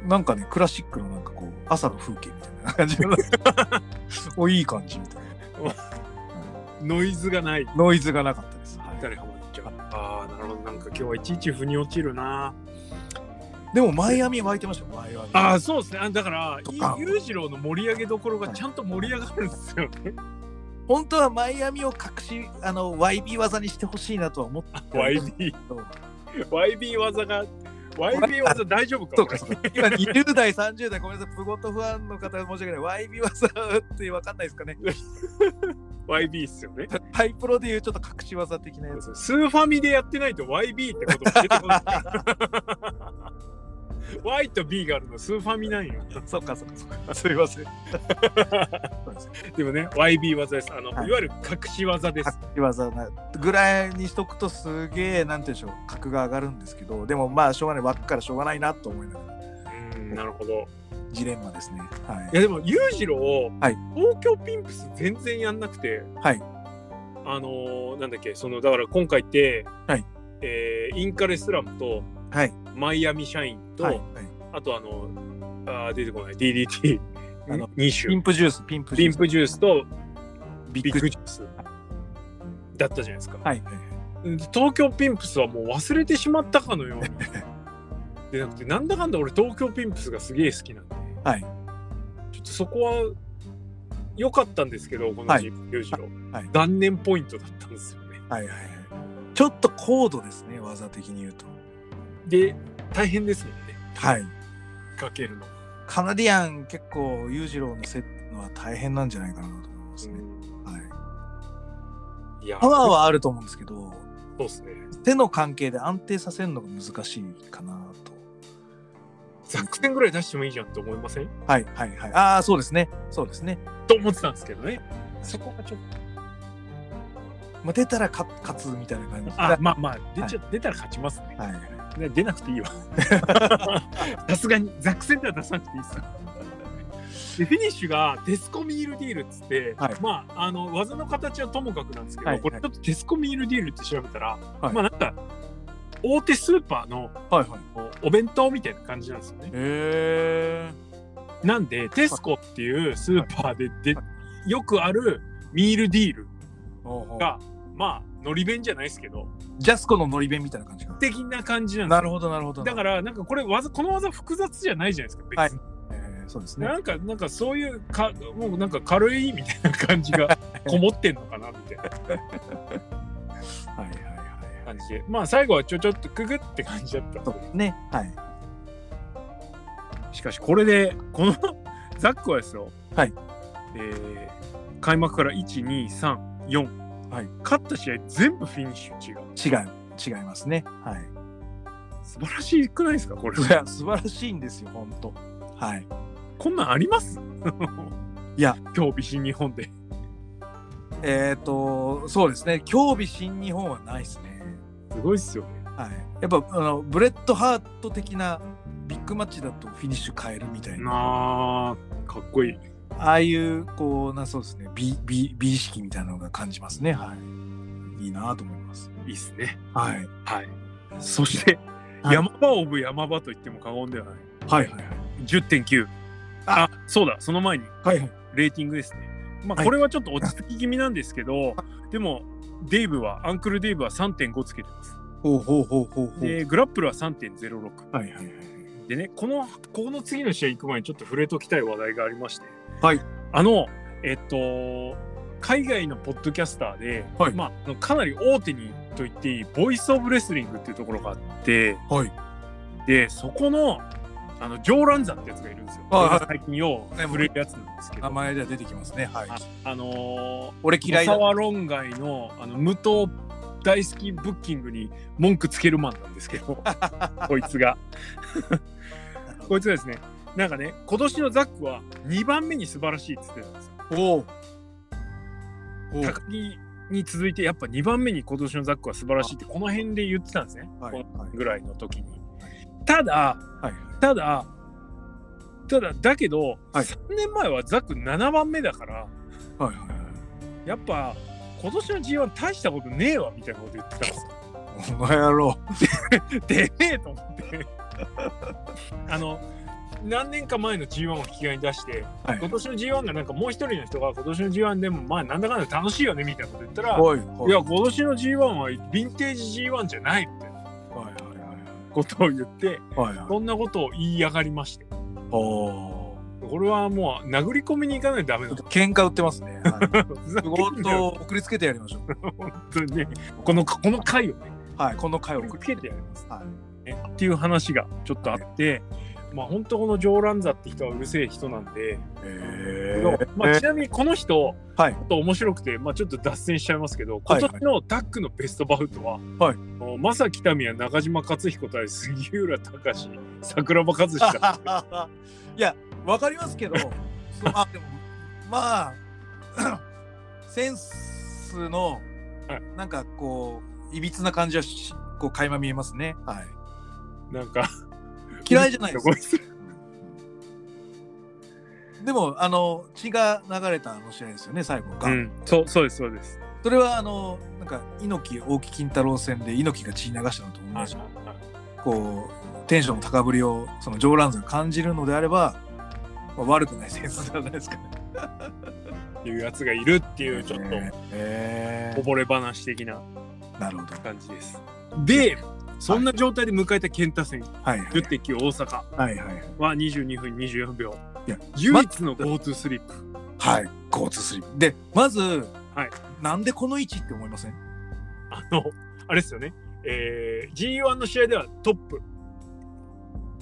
なんかね、クラシックのなんかこう、朝の風景みたいな感じ の、お、いい感じみたい
ノイズがない。
な。ノイズがなかったです。は
誰かも言っちゃう。ああ、なるほど。なんか今日はいちいち腑に落ちるな。
い、でも、マイアミ湧いてましたよ、マイアミ。
ああ、そうですね。あだから
とか、
裕次郎の盛り上げどころがちゃんと盛り上がるんですよね。
本当はマイアミを隠し、あの、YB 技にしてほしい なとは思ってたんです
YB
けど。
YB 技が、YB 技大丈夫か
そうかそうか今20代、30代、ごめんなさい、プゴトファンの方申し訳ない。YB 技って分かんないですかね。
俺 YB っすよね。
ハイプロでいうちょっと隠し技的なやつ。
スーファミでやってないと YB ってことも出てこない。Y と B があるのスーファミなんよ。
そっかそっかそっか。すいません。
でもね、YB 技です。あの、
はい
い、わゆる隠し技です。
隠し技なぐらいにしとくとすげえ、なんていうんでしょう、格が上がるんですけど、でもまあ、しょうがない、枠からしょうがないなと思いながら、
うん、なるほど。
ジレンマですね。はいい。
やでも裕次郎、
はい
東京ピンプス全然やんなくて、
はい
あのーなんだっけそのだから今回って、
はい
えーインカレスラムと
はい。
マイアミ社員と、
はい。はい
あとあのあー出てこない DDT
あの
2
ピ
種
ンプジュース、ピンプジ
ピ
ュー
ン
ス。
プジュースと
ビ
ビッ
ッ
グ
グ。
ジュースだったじゃないですか、
はい。はい
東京ピンプスはもう忘れてしまったかのよう にでなくてなんだかんだ俺東京ピンプスがすげえ好きなんで
はい。
ちょっとそこは良かったんですけど、この
はい
ジープ裕次郎、
はい
元年ポイントだったんですよね。
はい。はい。はいちょっと高度ですね、技的に言うと。
で、大変ですもんね、
はい。
かけるの。
カナディアン、結構、裕次郎のセットは大変なんじゃないかなと思いますね。はい。
いや、
パワーはあると思うんですけど、
そうですね。
手の関係で安定させるのが難しいかなと。
ザック点ぐらい出してもいいじゃんって思いません
はいはいはい。ああ、そうですね。そうですね。
と思ってたんですけどね。そこがちょっ
まあ、出たら勝勝つみたいな感じ
あ
だ
まあまあ出ちゃ、出たら勝ちますね
はい、
ね出なくてい いわさすがにザクセンター出さなくていいっすでフィニッシュがテスコミールディールっつって、
はい
まああの技の形はともかくなんですけど、
はい
これちょっとテスコミールディールって調べたら、
はい
まあなんか大手スーパーの
はいはい
おお弁当みたいな感じなんですよね
へえ
なんでテスコっていうスーパーででよくあるミールディール
ー
がまあのり弁じゃないですけど
ジャスコの乗り弁みたいな感じか
的な感じなんです
な
よ
るほどなるほど、
だかららなんかこれ技この技複雑じゃないじゃないですか別に、
はいえーそうですね
なんか、なんかそういうか、もうなんか軽いみたいな感 じがこもってんのかなみたいな
はいはいはい
感じで。まあ最後はちょちょっとくぐって感じだった
そうですねはい
しかしこれで、この ザックはですよ。
はい。
えー、開幕から1、2、3、4。
はい。
勝った試合全部フィニッシュ違う。
違う違いますねはい
素晴らしくないですかこれ
い。や素晴らしいんですよ本当はい
こんなんあります
いや、
競技新日本で。
えっ、とそうですね競技新日本はないですね
すごいっすよね。
はいやっぱあのブレッドハート的なビッグマッチだとフィニッシュ変えるみたいな
なあ、かっこいい。
ああいうこうなそうですね美美美意識みたいなのが感じますねはいいいなと思います
いいっすね。
はい
はい。そして、
はい
山場オブ山場と言っても過言ではない。
はいはい
10.9。あ、そうだ、その前に、
はいはい
レーティングですね。ま
は
あ、
い
これはちょっと落ち着き気味なんですけど、でも、デイブは、アンクルデイブは3.5つけてます。
ほうほうほうほうほう
で、グラップルは3.06。
はいはいはい
でね、この、この次の試合行く前にちょっと触れときたい話題がありまして、
はい。
あの、えっと、海外のポッドキャスターで、
はい
まああの、かなり大手にと言っていい、ボイス・オブ・レスリングっていうところがあって、
はい
でそこのあの上蘭山ってやつがいるんですよ。
はいは
これ
い
が最近よう触れるやつなんですけど、
名前では出てきますねはい
ああのー、
俺嫌い
小
だ
沢論外のあの無糖大好きブッキングに文句つけるマンなんですけど こいつがこいつがですねなんかね今年のザックは2番目に素晴らしいって言ってたんですよ。
おうおう
高木に続いてやっぱ2番目に今年のザックは素晴らしいってこの辺で言ってたんですね、
はい
こ
はい
のぐらいの時に。ただ
はい
ただただだけど、
はい
3年前はザック7番目だから
はいはいはい
やっぱ今年の G1 大したことねえわみたいなこと言ってたんですよ。
お前野郎
でねえと思ってあの何年か前の G1 を引き合いに出して
はい
今年の G1 がなんかもう一人の人が今年の G1 でもまあなんだかんだ楽しいよねみたいなこと言ったら。
おい
いや今年の G1 はヴィンテージ G1 じゃないみたいな
はい
ことを言って
はいはいはい
そんなことを言い上がりまして
おー
これはもう殴り込みに行かないとダメ
ちょ
だ
っと喧嘩売ってますね。はい
ふざけん
仕
なよ
事を送りつけてやりましょう。
本当にね、この、この回をね、
はい、この回を送
受
り
けてやります、
は
ね。っていう話がちょっとあって、まあ本当この上蘭座って人はうるせえ人なんで、
え
まあ、ちなみにこの人、
はい
ちょっと面白くて、まあ、ちょっと脱線しちゃいますけど、今年のタッグのベストバウトは、
はい
あの正木民や中島克彦対杉浦隆、桜庭和志だ。
いや、わかりますけど、そうあでもまあ、 センスの
はい、
なんかこう、いびつな感じはし、こう、垣間見えますね。はい。
なんか、
嫌いじゃないです。
す。
でも、あの、血が流れたあの試合ですよね、最後
う
が。
ん、そう、そうです、そうです。
それは、あの、なんか、猪木、大木金太郎戦で猪木が血流したのと同じ。こうテンションの高ぶりをその上乱座が感じるのであれば、まあ、悪くないセンスじゃないですかね。
いうやつがいるっていう、ちょっと、
え
こぼれ話的な。
なるほど。
感じです。で、そんな状態で迎えた健太戦、
はいはい
10.9大阪
はいはい。
は22分24秒。
いや
唯一の GoTo スリップ。
はい。交通スリップ。で、まず、
はい
なんでこの位置って思いません
あの、あれですよね。えー、G1 の試合ではトップ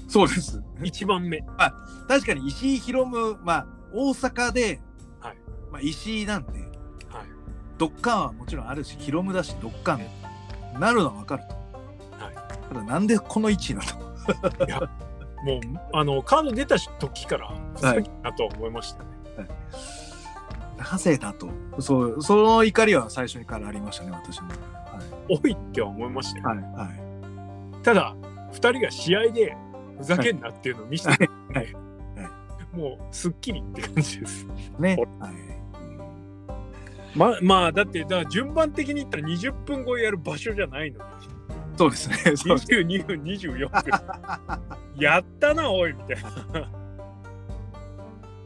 そうです。
1番目。
確かに石井宏夢、まあ、大阪で、
はい
まあ、石井なんで、
はい
ドッカンはもちろんあるし、宏夢だし、ドッカンなるのはわかると。
はい
ただ、なんでこの位置なの
もう、あの、カード出た時から、
はい
だと思いましたね。
なぜだと。そう、その怒りは最初からありましたね、私も。
多いっては思いましたよ
はい。はい。
ただ2人が試合でふざけんなっていうのを見せてるんで、
はいはい
もうすっきりって感じです。
ね
ほ。
はい。
ままあだってだから順番的に言ったら20分後やる場所じゃないのに
そうですね。 そう
22分24分 やったなおいみたいな。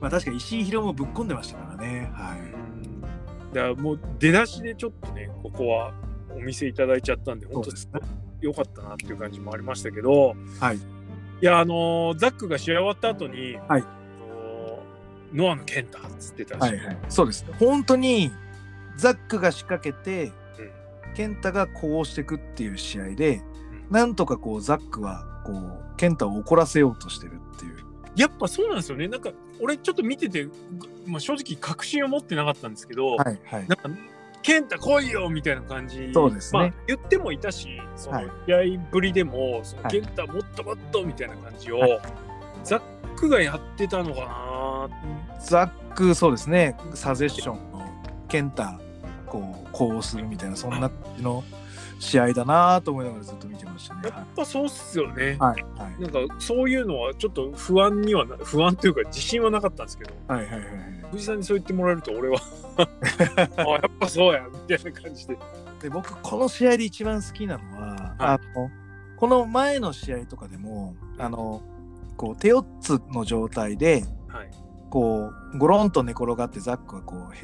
まあ確かに石井宏もぶっ込んでましたからね。はい。
だからもう出だしでちょっとねここはお見せいただいちゃったんで本当
そうですね
良かったなっていう感じもありましたけど、
はい
やあのーザックが試合終わった後に、
は
あの
い
ーノアの健太っつってたらし
はいいはい。そうですね。本当に、ザックが仕掛けて
うん、
健太がこうしてくっていう試合で、なんとかこう、ザックは、こう、健太を怒らせようとしてるっていう。
やっぱそうなんですよねなんか俺ちょっと見てて、まあ、正直確信を持ってなかったんですけど、
はいはい。
なんか健太来いよみたいな感じ
そうですね
まあ、言ってもいたしそ
は
の
い
試合ぶりでも、その
はい
健太もっともっとみたいな感じを、
はい
ザックがやってたのか
ザック、そうですね。サゼッションの健太、こう、こうするみたいな、そんな感じの試合だなと思いながらずっと見てました
な
ね。
やっぱそうっすよね、
はいはい
なんかそういうのはちょっと不安にはな不安というか自信はなかったんですけど
はいはいはいはい。
藤井さんにそう言ってもらえると俺 はあやっぱそうやみたいな感じで
で僕この試合で一番好きなのは、
は
あのこの前の試合とかでもあのこう手四つの状態で
はい
こうゴロンと寝転がってザックはこう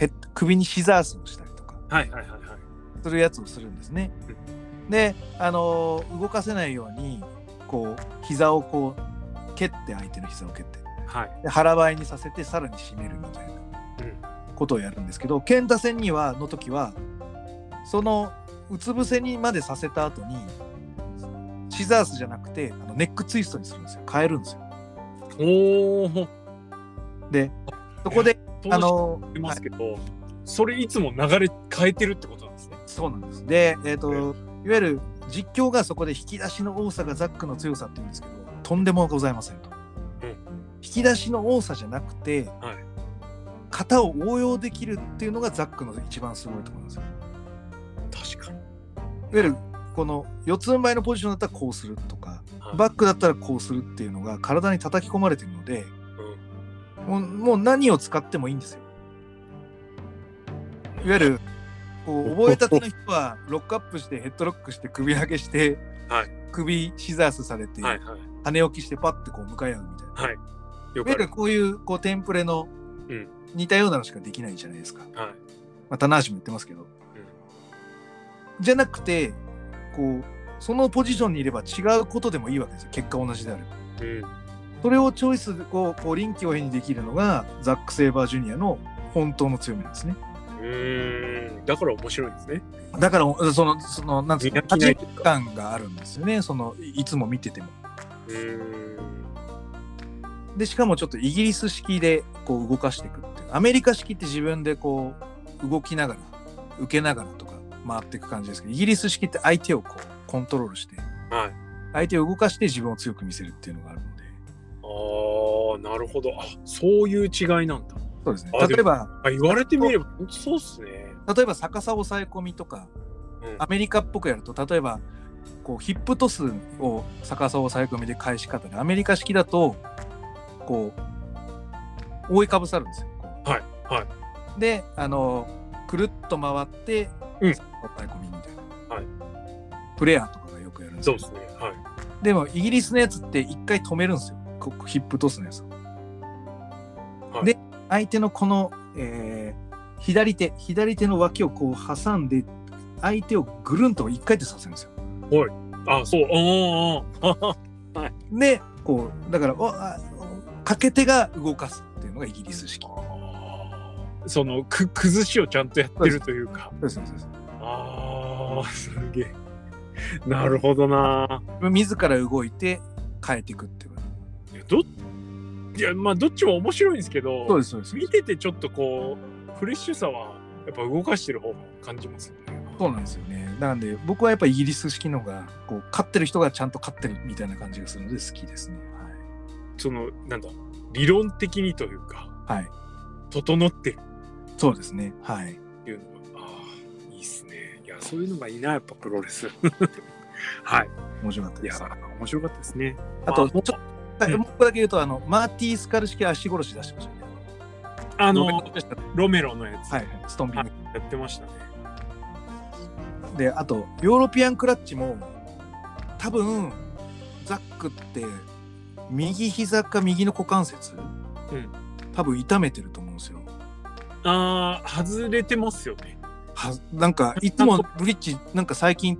へへ首にシザースをしたりとか
はいはいはいはい
するやつをするんですね。であの動かせないようにこう膝をこう蹴って相手の膝を蹴って
はい
で腹ばいにさせてさらに締めるみたいなことをやるんですけど健太戦にはの時はそのうつ伏せにまでさせた後にシザースじゃなくてあのネックツイストにするんですよ変えるんですよ
おー
でそこであ
あの
の
ってますけど、それいつも流れ変えてるってことなんですね。
そうなんですでえっ、といわゆる実況がそこで引き出しの多さがザックの強さって言うんですけどとんでもございませんと、
うん
引き出しの多さじゃなくて、
はい
型を応用できるっていうのがザックの一番すごいところなんですよ
確かに。
いわゆるこの四つん這いのポジションだったらこうするとか、
はい
バックだったらこうするっていうのが体に叩き込まれてるので、もうもう何を使ってもいいんですよ。いわゆるこう覚えたての人はロックアップしてヘッドロックして首上げして、
はい
首シザースされて、
はいはい
跳ね起きしてパッてこう向かい合うみたいな。いわ
はい。よくあ
ゆる
る。
こういうこうテンプレの
うん
似たようなのしかできないじゃないですか。
はい。
まあ、棚橋も言ってますけど、じゃなくてこうそのポジションにいれば違うことでもいいわけですよ結果同じであれば
うん。
それをチョイスこうこう臨機応変にできるのがザック・セイバージュニアの本当の強みなんですね
うーん。だから面白いんですね。
だからそのそのなんつうの
磨きない
立
と
ち
いうか
感があるんですよねそのいいつも見てても
うーん。
でしかもちょっとイギリス式でこう動かしていくっていうアメリカ式って自分でこう動きながら受けながらとか回っていく感じですけどイギリス式って相手をこうコントロールして
はい。
相手を動かして自分を強く見せるっていうのがあるので
ああ、なるほど。あ、そういう違いなんだ。
そうですね
あでも
例えば
あ、言われてみれば、本当そうっすね。
例えば逆さ抑え込みとか
うん。
アメリカっぽくやると例えばこうヒップトスを逆さ抑え込みで返し方でアメリカ式だとこう覆いかぶさるんですよ。こう
はい。はい。
であのくるっと回って、
うん
逆さ抑え込みみたいな、
はい
プレイヤーとかがよくやるんです
そう
け
で
ど
すね。は
でもイギリスのやつって一回止めるんですよここヒップトスのやつを、
はい
で相手のこの、えー左手左手の脇をこう挟んで相手をぐるんと一回転させるんですよ
い。あ、そう。うんうんうん。
でこうだからおあおかけ手が動かすっていうのがイギリス式
そのく崩しをちゃんとやってるというか。
そうそうそうそう
ああ、すげえ。なるほどな。
自ら動いて変えていくっていうこと
いやどいやまあどっちも面白いんですけど
そうですそうです
見ててちょっとこうフレッシュさはやっぱ動かしてる方が感じますよね。
そうなんですよねなんで僕はやっぱイギリス式の方がこう勝ってる人がちゃんと勝ってるみたいな感じがするので好きですね
そのなんだ理論的にというか
はい、はい
整ってる
そうですね。はい。
っていうのが、ああ、いいっすね。いや、そういうのがいいな、やっぱプロレス。 はい。
面白かった
い
で
や
す。、
面白かったですね。
あと、
ま
もうちょっと、
うん
もう一個だけ言うと、あの、マーティー・スカル式足殺し出してましたね。
あ
あ
の、
は
ロメロのやつ、
い、ストンピング。
やってましたね。
で、あと、ヨーロピアンクラッチも、多分、ザックって、右膝か右の股関節、
ん
多分痛めてると思うんですよ。
ああ、外れてますよね。
はなんか、いつもブリッジ、なんか最近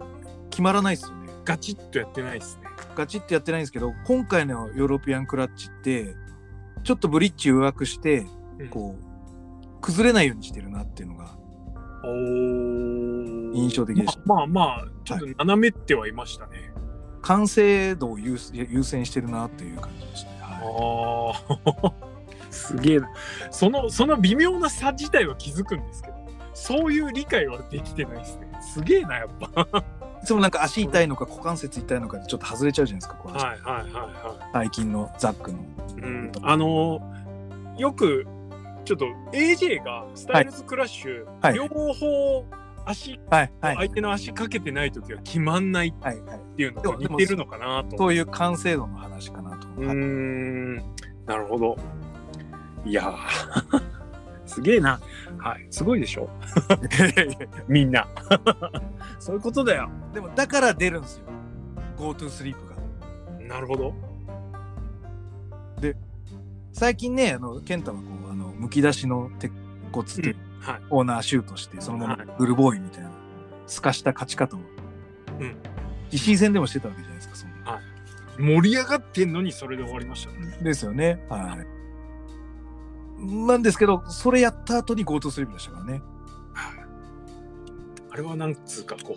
決まらないですよね。
ガチッとやってないですね。
ガチってやってないんですけど、今回のヨーロピアンクラッチって、ちょっとブリッジ弱くして、
うん
こう、崩れないようにしてるなっていうのが、
おー
印象的でした
まあまあ、まあちょっと斜めってはいましたね。
完成度を優優先してるなっていう感じでしたね。はい
ああ、すげえな。その、その微妙な差自体は気づくんですけど、そういう理解はできてないですね。すげえな、やっぱ。
いつもなんか足痛いのか股関節痛いのかでちょっと外れちゃうじゃないですか、こう
はいはいはいはい。
最近のザックの。
うん、あのよくちょっと AJ がスタイルズクラッシュ、
はい
両方足、
はいはい
相手の足かけてない時は決まんないっ
はいはい。
ていうのと
で
似
も
てるのかなと。
そういう完成度の話かなと。
うー
はい
んなるほど。いやー すげえな。はい、すごいでしょ みんな。そういうことだよ。
でもだから出るんですよ。GoTo スリープが。
なるほど。
最近ね、あの健太はこうあのむき出しの鉄骨っていう
はい。
オーナーシュートして、そのま
はい
まブルボーイみたいな、すかした勝ち方を、
うん
石井戦でもしてたわけじゃないですか、その
盛り上がってんのにそれで終わりましたね。
ですよね。はい。なんですけど、それやった後に GoTo スリープでしたからね。
あれはなんつうかこう、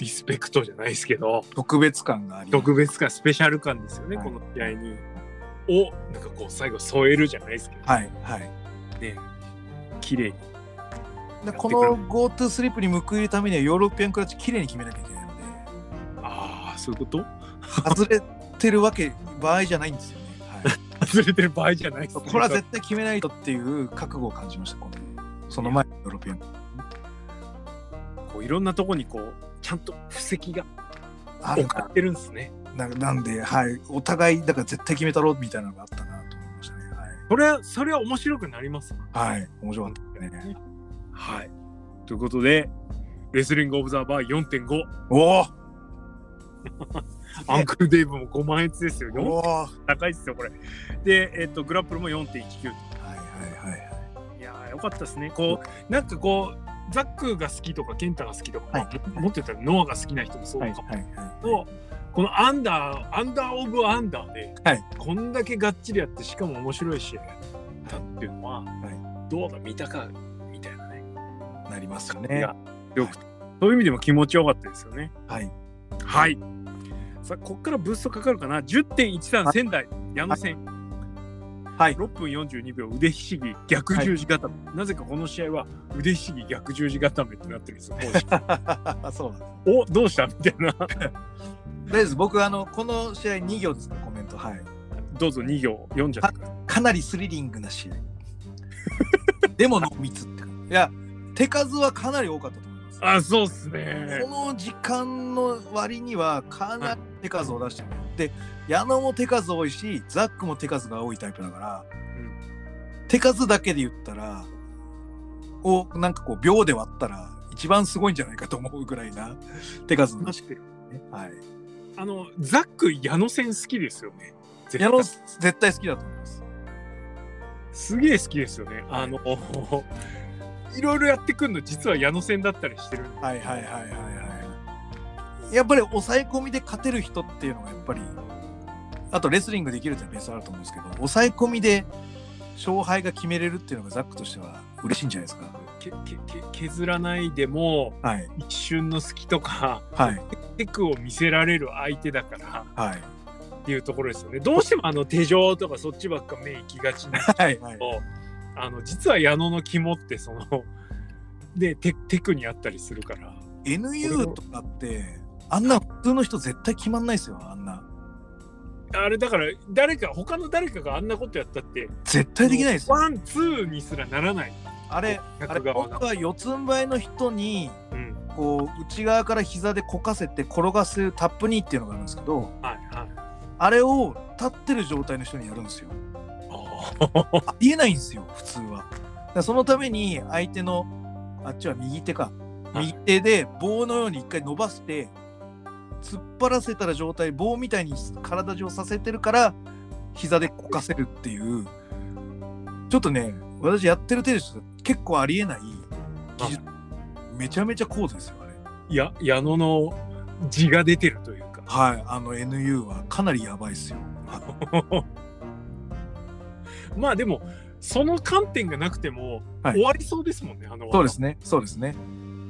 リスペクトじゃないですけど。
特別感があり、
特別感スペシャル感ですよね、
はい
この試合にをなんかこう最後添えるじゃないですけど、
はいはい。
ね綺麗に
でこの GoTo スリープに報いるためにはヨーロピアンクラッチ綺麗に決めなきゃいけないの で、
ああそういうこと
外れてるわけ、場合じゃないんですよね。 はい、
外れてる場合じゃないです
これは絶対決めないとっていう覚悟を感じました、このその前のヨーロピアン。
こういろんなとこにこうちゃんと布石が
ある
置
か
かれてるんですね
ななんで、はい、お互い、だから絶対決めたろうみたいなのがあったなと思いましたね。
それはそれは面白くなります
はい、はい、面白かったです ね。
はいということでレスリングオブザーバー4.5
おー
アンクルデイブも5万円ですよ
お
4
おはい
高いですよこれで、えっとグラップルも4.19
はいはい。
いやーよかったですね。こうなんかこうザックが好きとかケンタが好きとか、
はい
も持ってたらノアが好きな人もそう
はい
かも
はいはい。
と、このアンダーアンダーオブアンダーで、
はい
こんだけがっちりやってしかも面白いしやったっていうのは、どうだ見たかみたいなね。
なりますよ
い
ね
や。よくそういう意味でも気持ちよかったですよね。
はい。
はい。さあこっからブーストかかるかな。10.13仙台矢野戦。
はい
6分42秒腕ひしぎ逆十字固め、なぜかこの試合は腕ひしぎ逆十字固めってなってるんですよ。公式
そうなんです。
おどうした みたいな。
とりあえず僕あのこの試合2行ですねコメントはい
どうぞ2行読んじゃってください。
かなりスリリングな試合でも濃密って感じいや手数はかなり多かったと思います
あそうっすね
こ。の時間の割にはかなり手数を出してるで矢野も手数多いしザックも手数が多いタイプだから、
うん
手数だけで言ったらをなんかこう秒で割ったら一番すごいんじゃないかと思うぐらいな手数の
待
話、
って
ね、はい
あのザック矢野戦好きですよね。絶対
矢野絶対好きだと思います
すげえ好きですよね。あの いろいろやってくるの実は矢野戦だったりしてるんで
はいはいはいはいはい。やっぱり抑え込みで勝てる人っていうのがやっぱり、あとレスリングできるっていうのはベースあると思うんですけど、抑え込みで勝敗が決めれるっていうのがザックとしては嬉しいんじゃないですか。
けけけ削らないでも
はい
一瞬の隙とか
はい
テクを見せられる相手だから
はい
っていうところですよねどうしてもあの手錠とかそっちばっか目行きがちなんです
はいはい
け。ど あの実は矢野の肝ってその でテテクにあったりするから
NU とかって、あんな普通の人絶対決まんないですよ、あんな。
あれだから誰か他の誰かがあんなことやったって
絶対できないですよ。
ワンツーにすらならない
あれ、あれ
逆側な
僕は四つん這いの人に、
うん
こう、内側から膝でこかせて転がすタップニーっていうのがあるんですけど、
はいはい
あれを立ってる状態の人にやるんですよ。
あ
ありえないんですよ、普通は。だからそのために、相手の、あっちは右手か、
はい
右手で棒のように一回伸ばして、突っ張らせたら状態、棒みたいに体上させてるから、膝でこかせるっていう、ちょっとね、私やってる手でちょっと結構ありえない技術、めちゃめちゃ高度ですよ、あれ。
ーや矢野の字が出てるというか
はい、あの NU はかなりやばいですよ。はい
まあでもその観点がなくても、
はい
終わりそうですもんねあの
そうですね、そうですね。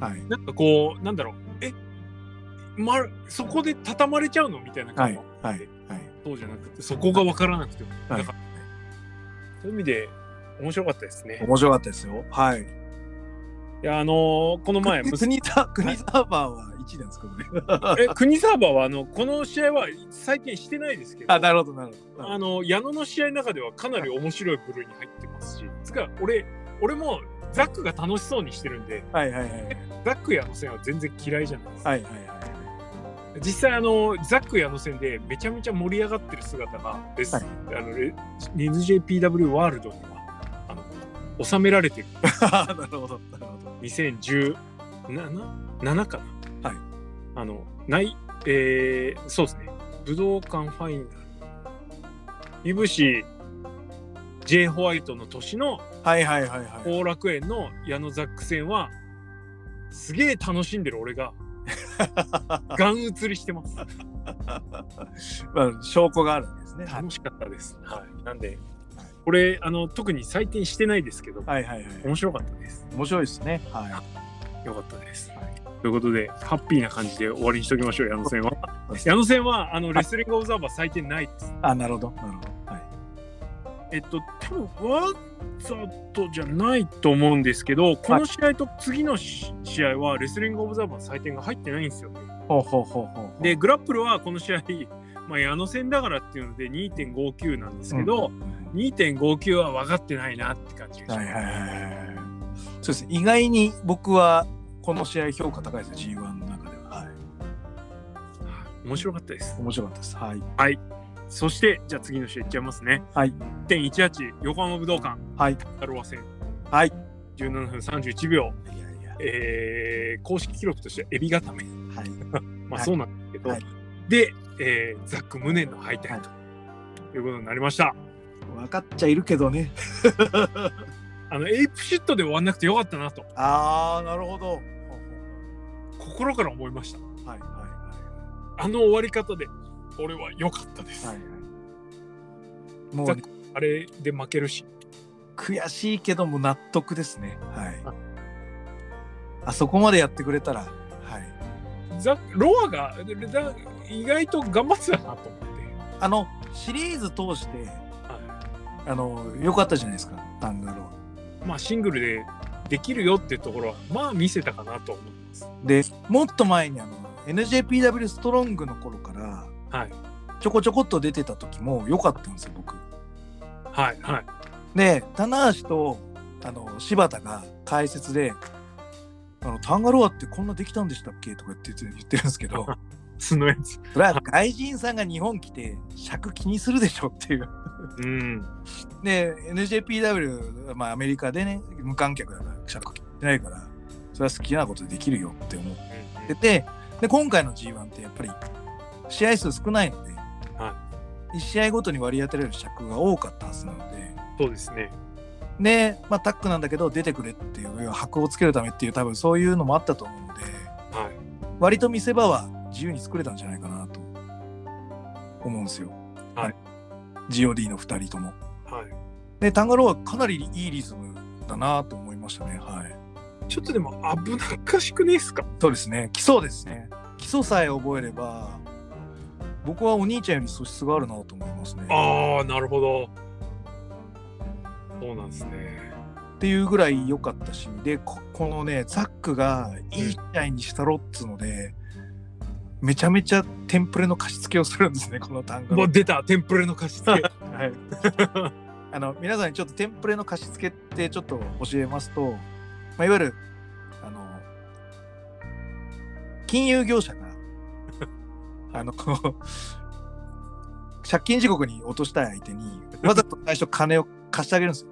はい。
なんかこうなんだろうえまそこで畳まれちゃうのみたいな
は
感
い
じ、、
はい、はい。
そうじゃなくてそこが分からなくても、
はい
だからそういう意味で面白かったですね。
面白かったですよ。はい。
いやあのーこの前
国
娘
国サ国サーバーは1なんですけどね。
え国サーバーはあのこの試合は最近してないですけど
あ、なるほど、なるほど。
あの矢野の試合の中ではかなり面白い部類に入ってますしつか俺俺もザックが楽しそうにしてるんで
はいはいはい。
ザック矢野戦は全然嫌いじゃないですか、
はいはいは
実際あのザック矢野戦でめちゃめちゃ盛り上がってる姿がです、
はい
あのレ NJPW ワールドにはあの収められてる
い。なるほど、なるほど。
2017七かな、
はい
あのないえー、そうですね武道館ファイナルいぶし J ホワイトの年の
はいはいはいはい。
後楽園の矢野ザック戦はすげえ楽しんでる俺 がガン移りしてます
まあ、証拠があるんですね。はい
楽しかったです、はい、なんでこれあの特に採点してないですけど
はいはいは
面白かったです
い。面白いですね。は
よかったです、
はい
ということでハッピーな感じで終わりにしときましょう矢野戦は
そうです
矢野戦はあのレスリングオブザーバー採点ないです。
い。あ、なるほど、なるほど。はい。
えっと多分わざとじゃないと思うんですけど、この試合と次のし試合はレスリングオブザーバーの採点が入ってないんですよね。
ほうほうほうほう。
で、グラップルはこの試合、 まあ、矢野戦だからっていうので2.59なんですけど、
うん
2.59は分かってないなって感じがします。
はいはいはいはい。そうですね。意外に僕はこの試合評価高いですよ、G1 の中では。はい。
面白かったです。
面白かったです。はい。
そして、じゃあ次の試合いっちゃいますね。
はい。
1.18横浜武道館、
はい。
アロワ戦、
はい。
17分31秒、
いやいや。
えー公式記録としてエビ固め。
はい。
ま
は
あ
い
そうなんですけど、
はい
で、えーザック・ムネンの敗退ということになりました。
分かっちゃいるけどね。
あのエイプシットで終わんなくてよかったなと
ああ、なるほど。
心から思いました。
はいは
あの終わり方で俺は良かったで
い
す。
はい。はいもうね
あれで負けるし、
悔しいけども納得ですね。はい。あそこまでやってくれたら、はい。
ザックロアがでザ意外と頑張ってたなと思って。
あの、シリーズ通して、あの、良かったじゃないですか、タンガロ
まあシングルでできるよっていうところはまあ見せたかなと思います。
ー。で、もっと前にあの、NJPW ストロングの頃から、
はい
ちょこちょこっと出てた時も良かったんですよ、僕。
はいはい。
で、棚橋とあの柴田が解説で、あのタンガロアってこんなできたんでしたっけとか言って言ってるんですけど、
そのやつ。
それは外人さんが日本来て尺気にするでしょっていう。
うん。
で、NJPW、まあ、アメリカでね、無観客だから尺気にしないから、それは好きなことできるよって思ってて、で、今回の G1 ってやっぱり試合数少ないので、
は
1試合ごとに割り当てられる尺が多かったはずなので、
そうですね。
で、まあ、タックなんだけど出てくれっていう要は箔をつけるためっていう多分そういうのもあったと思うので
はい。
割と見せ場は自由に作れたんじゃないかなと思うんですよ。
はい、
GOD の2人とも。
はい。
でタンガローはかなりいいリズムだなと思いましたね。はい、
ちょっとでも危なっかしくねえっすか
そうですね基礎ですね。基礎さえ覚えれば僕はお兄ちゃんより素質があるなと思いますね。
ああ、なるほど。そうなんですね。
っていうぐらい良かったしでここのねザックがいい試合にしたろっつうので、めちゃめちゃテンプレの貸し付けをするんですねこの単 語
うわ、出た、テンプレの貸し付け。
はい あの皆さんにちょっとテンプレの貸し付けってちょっと教えますと、まあ、いわゆるあの金融業者があのこう借金地獄に落としたい相手にわざと最初金を貸してあげるんですよ。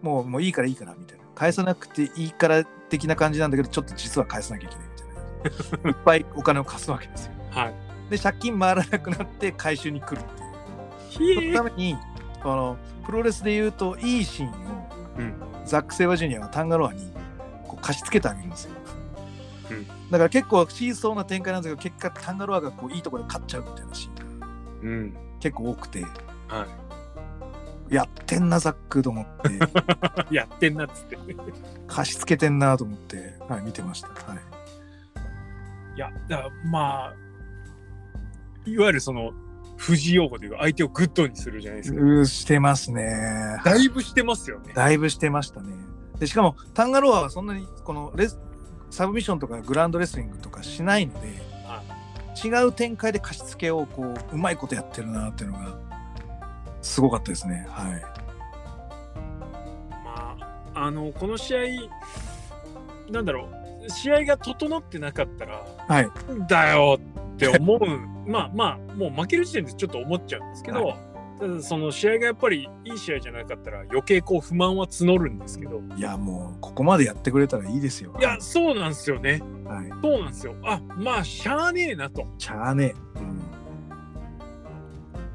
もうもういいからいいからみたいな返さなくていいから的な感じなんだけどちょっと実は返さなきゃいけないみたいないっぱいお金を貸すわけですよ。
はい。
で借金回らなくなって回収に来るってい
ひ
う。そのためにあのプロレスで言うといいシーンを、
うん
ザック・セイバージュニアはタンガロアにこう貸し付けてあげるんですよ、
うん
だから結構シーソーな展開なんですけど結果タンガロアがこういいところで勝っちゃうみたいなシーンが
うん。
結構多くて
は
やってんなザックと思って
い。やってんなっつって。い
貸し付けてんなと思って、はい、見てました、はい、
や、だからまあ、いわゆるその、不二用語というか、相手をグッドにするじゃないですか。
うーしてますね
だいぶしてますよね。
だいぶしてましたね。でしかもタンガロアはそんなにこのレスサブミッションとかグランドレスリングとかしないので、
は
違う展開で貸し付けをこううまいことやってるなっていうのがすごかったですね。はい、
まあ、あの、この試合、なんだろう、試合が整ってなかったら、
はい、
だよって思う まあまあもう負ける時点でちょっと思っちゃうんですけど、
は
ただその試合がやっぱりいい試合じゃなかったら余計こう不満は募るんですけど
いやもうここまでやってくれたらいいですよ。
いやそうなんですよね
はい、
そうなんですよあまあしゃあねえなと
しゃあね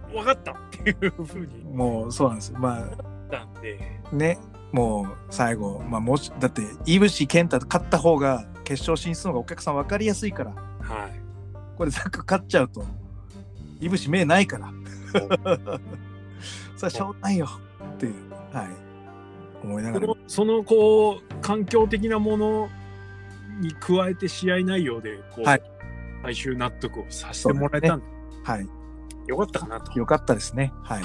え、
分かったっていうふうに
うんもうそうなんです。ま
言ったんで
あねもう最後、まあ、もしだって井渕健太と勝った方が決勝進出の方がお客さん分かりやすいから
は
これザック勝っちゃうと、いぶし目ないから。それはしょうがないよって、はい、思いないが
そ
ら
の。そのこう環境的なものに加えて試合内容でこう、
はい
最終納得をさせてもらえたんで、
はい、
よかったかなと
よかったですね。はい。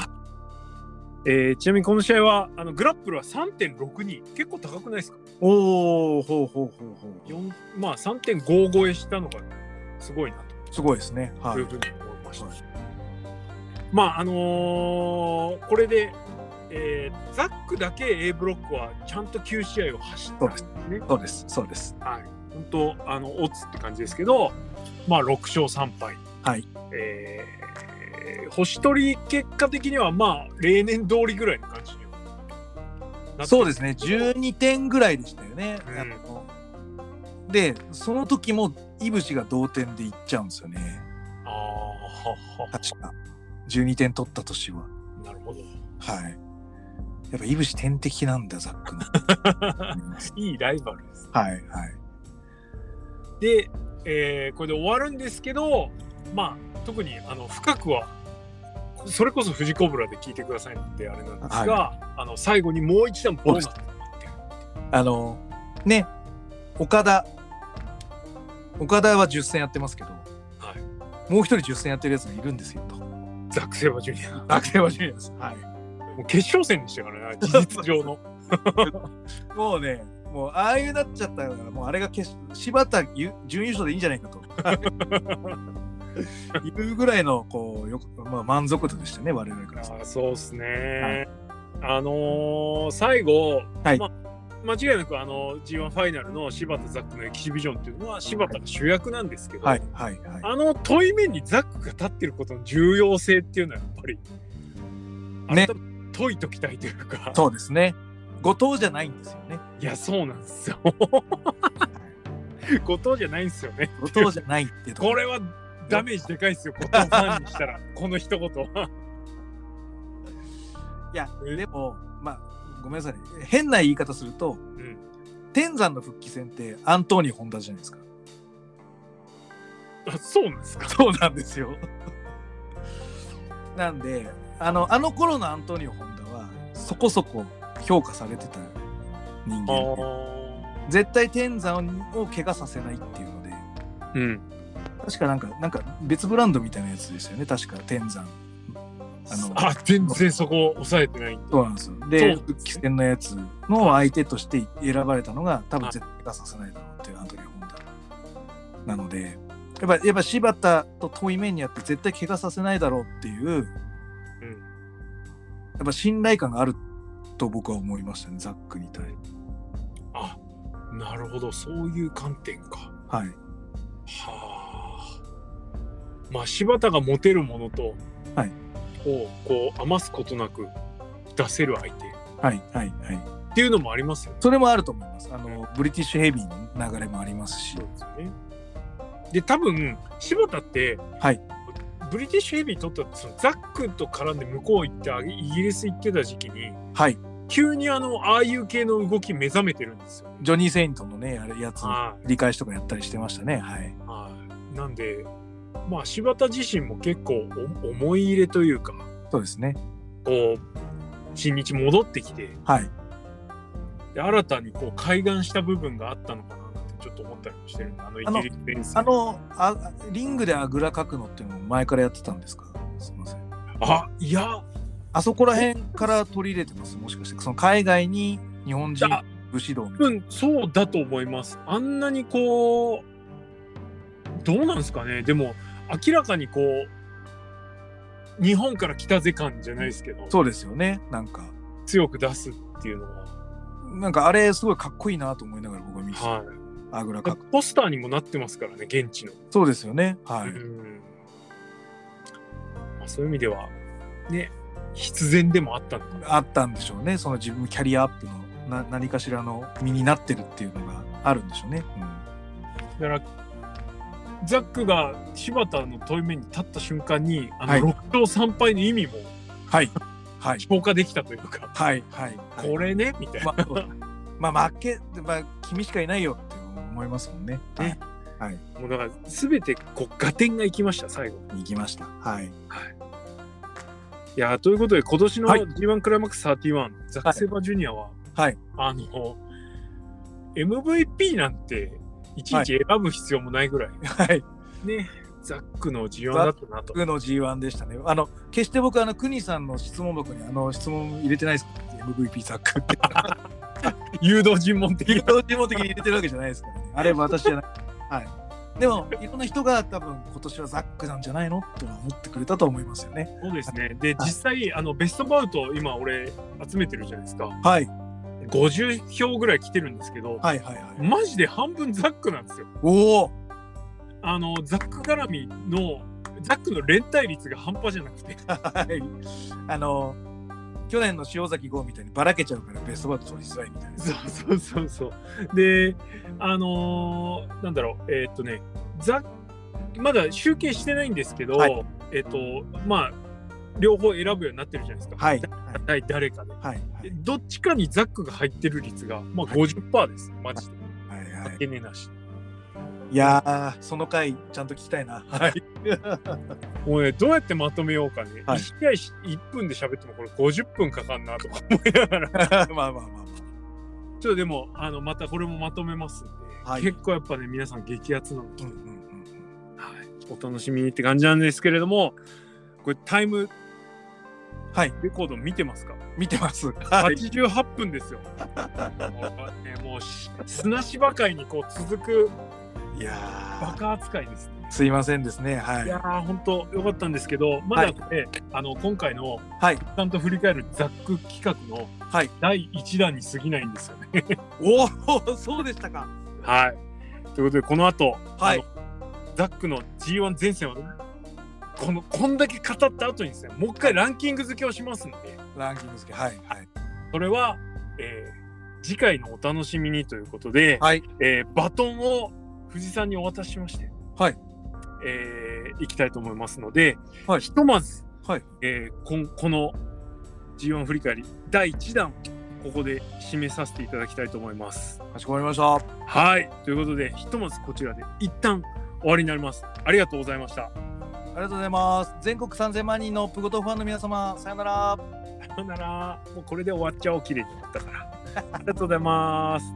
えーちなみにこの試合はあのグラップルは3.62結構高くないですか
おお、ほうほうほうほう。
四まあ3.5超えしたのがすごいな
すごいですね。は
という
い
ふ。うに思いました、
はい
まああのーこれで、えーザックだけ A ブロックはちゃんと9試合を走ったんですね
そうです。そうです。
はい本当あのオッズって感じですけどまあ6勝3敗
はい
えー星取り結果的にはまあ例年通りぐらいの感じにはなって
そうですね。12点ぐらいでしたよね。
うん
あので、その時も、いぶしが同点でいっちゃうんですよね。
ああはは
確か。12点取った年は。
なるほど。
はい。やっぱ、いぶし天敵なんだ、ザックの。
いいライバルです。
はいはい。
で、えーこれで終わるんですけど、まあ、特にあの深くは、それこそ「フジコブラ」で聞いてくださいなんてあれなんですが、あの最後にもう一段ボーナスが入ってる
あの、ね、岡田、岡田は10戦やってますけど、
は
もう一人10戦やってるやつがいるんです よと。
ザック・セイバージュニア。も
学生はジュニアです。は
う決勝戦でしたからね、事実上の。
い。もうね、もうああいうなっちゃったから、もうあれが決し柴田ゆ準優勝でいいんじゃないか と。いうぐらいのこうよく、まあ、満足度でしたね、我々からする
あそうですね。あのー最後、
はい
ま間違いなくあの G1 ファイナルの柴田ザックのエキシビジョンっていうのは柴田が主役なんですけど、
と。はいはいはい。
あの問い面にザックが立ってることの重要性っていうのはやっぱり、
ね
改めて解いときたいというか、
そうですね。後藤じゃないんですよね。
いや、そうなんですよ。 後藤じゃないんですよね。
後藤じゃないっていうとこ
これはダメージでかいですよ、後藤ファンにしたら、この一言は。
いや、
え
でも、まあ、ごめんなさい。変な言い方すると、
ん
天山の復帰戦ってアントニー・ホンダじゃないですか。
あそうなんですか。
そうなんですよ。 なんで、あの、あの頃のアントニー・ホンダは、そこそこ評価されてた人
あ
間で、絶対天山を怪我させないっていうので、
ーうん。
確かなんか、なんか別ブランドみたいなやつですよね、確か天山。あの、
あ、全然そこを抑えてないんで。
そうなんですよ。
そう
で、
なんですね
復帰戦のやつの相手として選ばれたのが、多分絶対出させないだろうっていうアントニー・ホンダ。なので、やっぱ、やっぱ柴田と遠い面にあって、絶対怪我させないだろうっていう、
うん
やっぱ信頼感があると僕は思いましたね、ザックに対して。
あなるほどそういう観点か。
はい。
はあ。まあ柴田が持てるものと、
はい
をこう余すことなく出せる相手っ
はい、はい、はい。
ていうのもありますよね。
それもあると思います。あの、ブリティッシュヘビーの流れもありますし。
ですよね。で多分柴田って、
はい
ブリティッシュヘビー取ったそのザックと絡んで向こう行ってあイギリス行ってた時期に
はい。
急にあのああいう系の動き目覚めてるんですよ、ね。
ジョニー・セイントンのね、あれやつ、
はい
理解しとかやったりしてましたね。はい。
はい、なんで、まあ、柴田自身も結構お思い入れというか
そうですね。
こう新日戻ってきて
はい。
で新たにこう開眼した部分があったのかなってちょっと思ったりもしてるんであのイ
あの
ギリスフェンス
あの、あリングであぐらかくのっていうのも前からやってたんですかすいません。
あいや
あそこら辺から取り入れてますもしかして。その海外に日本人
だ
武士道みた
多
いな
分そうだと思いますあんなにこうどうなんですかねでも明らかにこう日本から来たぜ感じゃないですけど
そうですよね。なんか、
強く出すっていうのは、
なんかあれすごいかっこいいなと思いながら僕は見てた。
は
あぐらか
い
く。、
ポスターにもなってますからね現地の。
そうですよね。はい。
うんまあ、そういう意味ではね必然でもあったのかな
あったんでしょうね。その自分のキャリアアップのな何かしらの身になってるっていうのがあるんでしょうね。
だからザックが柴田の問い目に立った瞬間に
は
あ
い
の6勝3敗の意味も
うん、はい。はい。
消化できたというか、
はい。はい。はい
これねみたいな、
まあ、まあ、負け、まあ、君しかいないよって思いますもんね。は
ね
い。
もうだから全てこう合点がいきました最後。
行きました。はい。
いやーということで今年の
はい
G1 クライマックス31、ザック・セイバージュニアは、
はい
あの MVP なんていちいち選ぶ必要もないぐらい、
はい。
ねザックの G1 だったなと。
僕の G1 でしたね。あの、決して僕、あの、国さんの質問箱に、あの、質問入れてないですから、MVP ザックって。
誘導尋問的な。
同時も的に入れてるわけじゃないですからね。 あれ、私じゃない。はい。でも、いろんな人が多分今年はザックなんじゃないのとは思ってくれたと思いますよね。
そうです ね。で、実際、あの、ベストバウト、今、俺、集めてるじゃないですか。
はい。
50票ぐらい来てるんですけど、
はいはいはい。
マジで半分ザックなんですよ。
おお
あの、ザック絡みの、ザックの連帯率が半端じゃなくて、
はい。あの、去年の塩崎豪みたいにばらけちゃうからベストバウト取りづらいみたい な。
そうそうそうそう。で、あのーなんだろう、えーっとね、ザック、まだ集計してないんですけど、
はい
えーっと、まあ、両方選ぶようになってるじゃないですか。
はい。
対誰かで。
はい。は
で
い。
どっちかにザックが入ってる率が、まあ、50%です、マジで。
はいは
勝
い。
手になし。
いやー、その回、ちゃんと聞きたいな。はい。
もうね、どうやってまとめようかね。
はい
一1試合1分で喋ってもこれ50分かかんなとか思いながら。ちょ
まあまあまあま
っとでも、あの、またこれもまとめますんで、
はい
結構やっぱね、皆さん激アツなの
あ。
で、
うんう
は
ん
いお楽しみにって感じなんですけれども、これタイム、
はい
レコード見てますか、
うん。見てます。はい。
?88 分 ですよ。もう,、ね、もうし砂芝界にこう続く
い
バ
や
カ扱いですね。
ー、すいませんですね。はいい。
やー、本当良かったんですけど、まだこれ、あの今回の、
はい
ちゃんと振り返るザック企画の
はい。
第1弾に過ぎないんですよね。
おお、そうでしたか。
はい。ということで、この後、
はい
あのザックの G1 前線を、この、こんだけ語った後にですね、もう一回ランキング付けをしますんで、
ランキング付け。はい。はい。
それは、えー次回のお楽しみにということで、
はい。
えーバトンを藤井さんにお渡ししまして、
はい。
えー、いきたいと思いますので、
はい
ひとまず、
はい
えーこんこの G1 振り返り第1弾ここで締めさせていただきたいと思います。
かしこまりました。あ
はいということでひとまずこちらで一旦終わりになります。ありがとうございました。
りがとうございます。全国3000万人のプゴトファンの皆様、さよなら。
さよならもうこれで終わっちゃおうきれいになったから。ありがとうございます。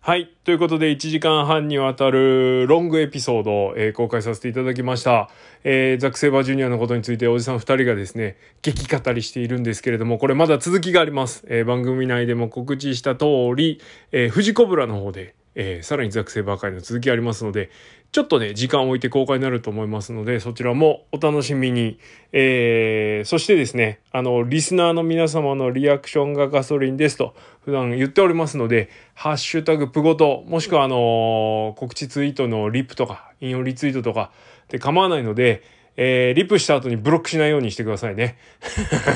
はい。ということで、1時間半にわたるロングエピソードを、えー公開させていただきました。えーザック・セイバージュニアのことについて、おじさん2人がですね、激語りしているんですけれども、これまだ続きがあります。えー番組内でも告知した通り、えー、フジコブラの方で、えーさらにザクセイバー会の続きありますので、ちょっとね、時間を置いて公開になると思いますので、そちらもお楽しみに。えーそしてですね、あの、リスナーの皆様のリアクションがガソリンですと、普段言っておりますので、ハッシュタグプゴト、もしくはあのー告知ツイートのリップとか、引用リツイートとかで構わないので、えーリップした後にブロックしないようにしてくださいね。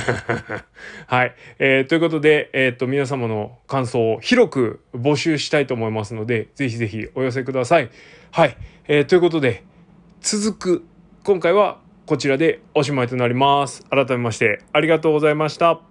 はい。えーということで、えーっと、皆様の感想を広く募集したいと思いますので、ぜひぜひお寄せください。はい。えーということで、続く、今回はこちらでおしまいとなります。改めまして、ありがとうございました。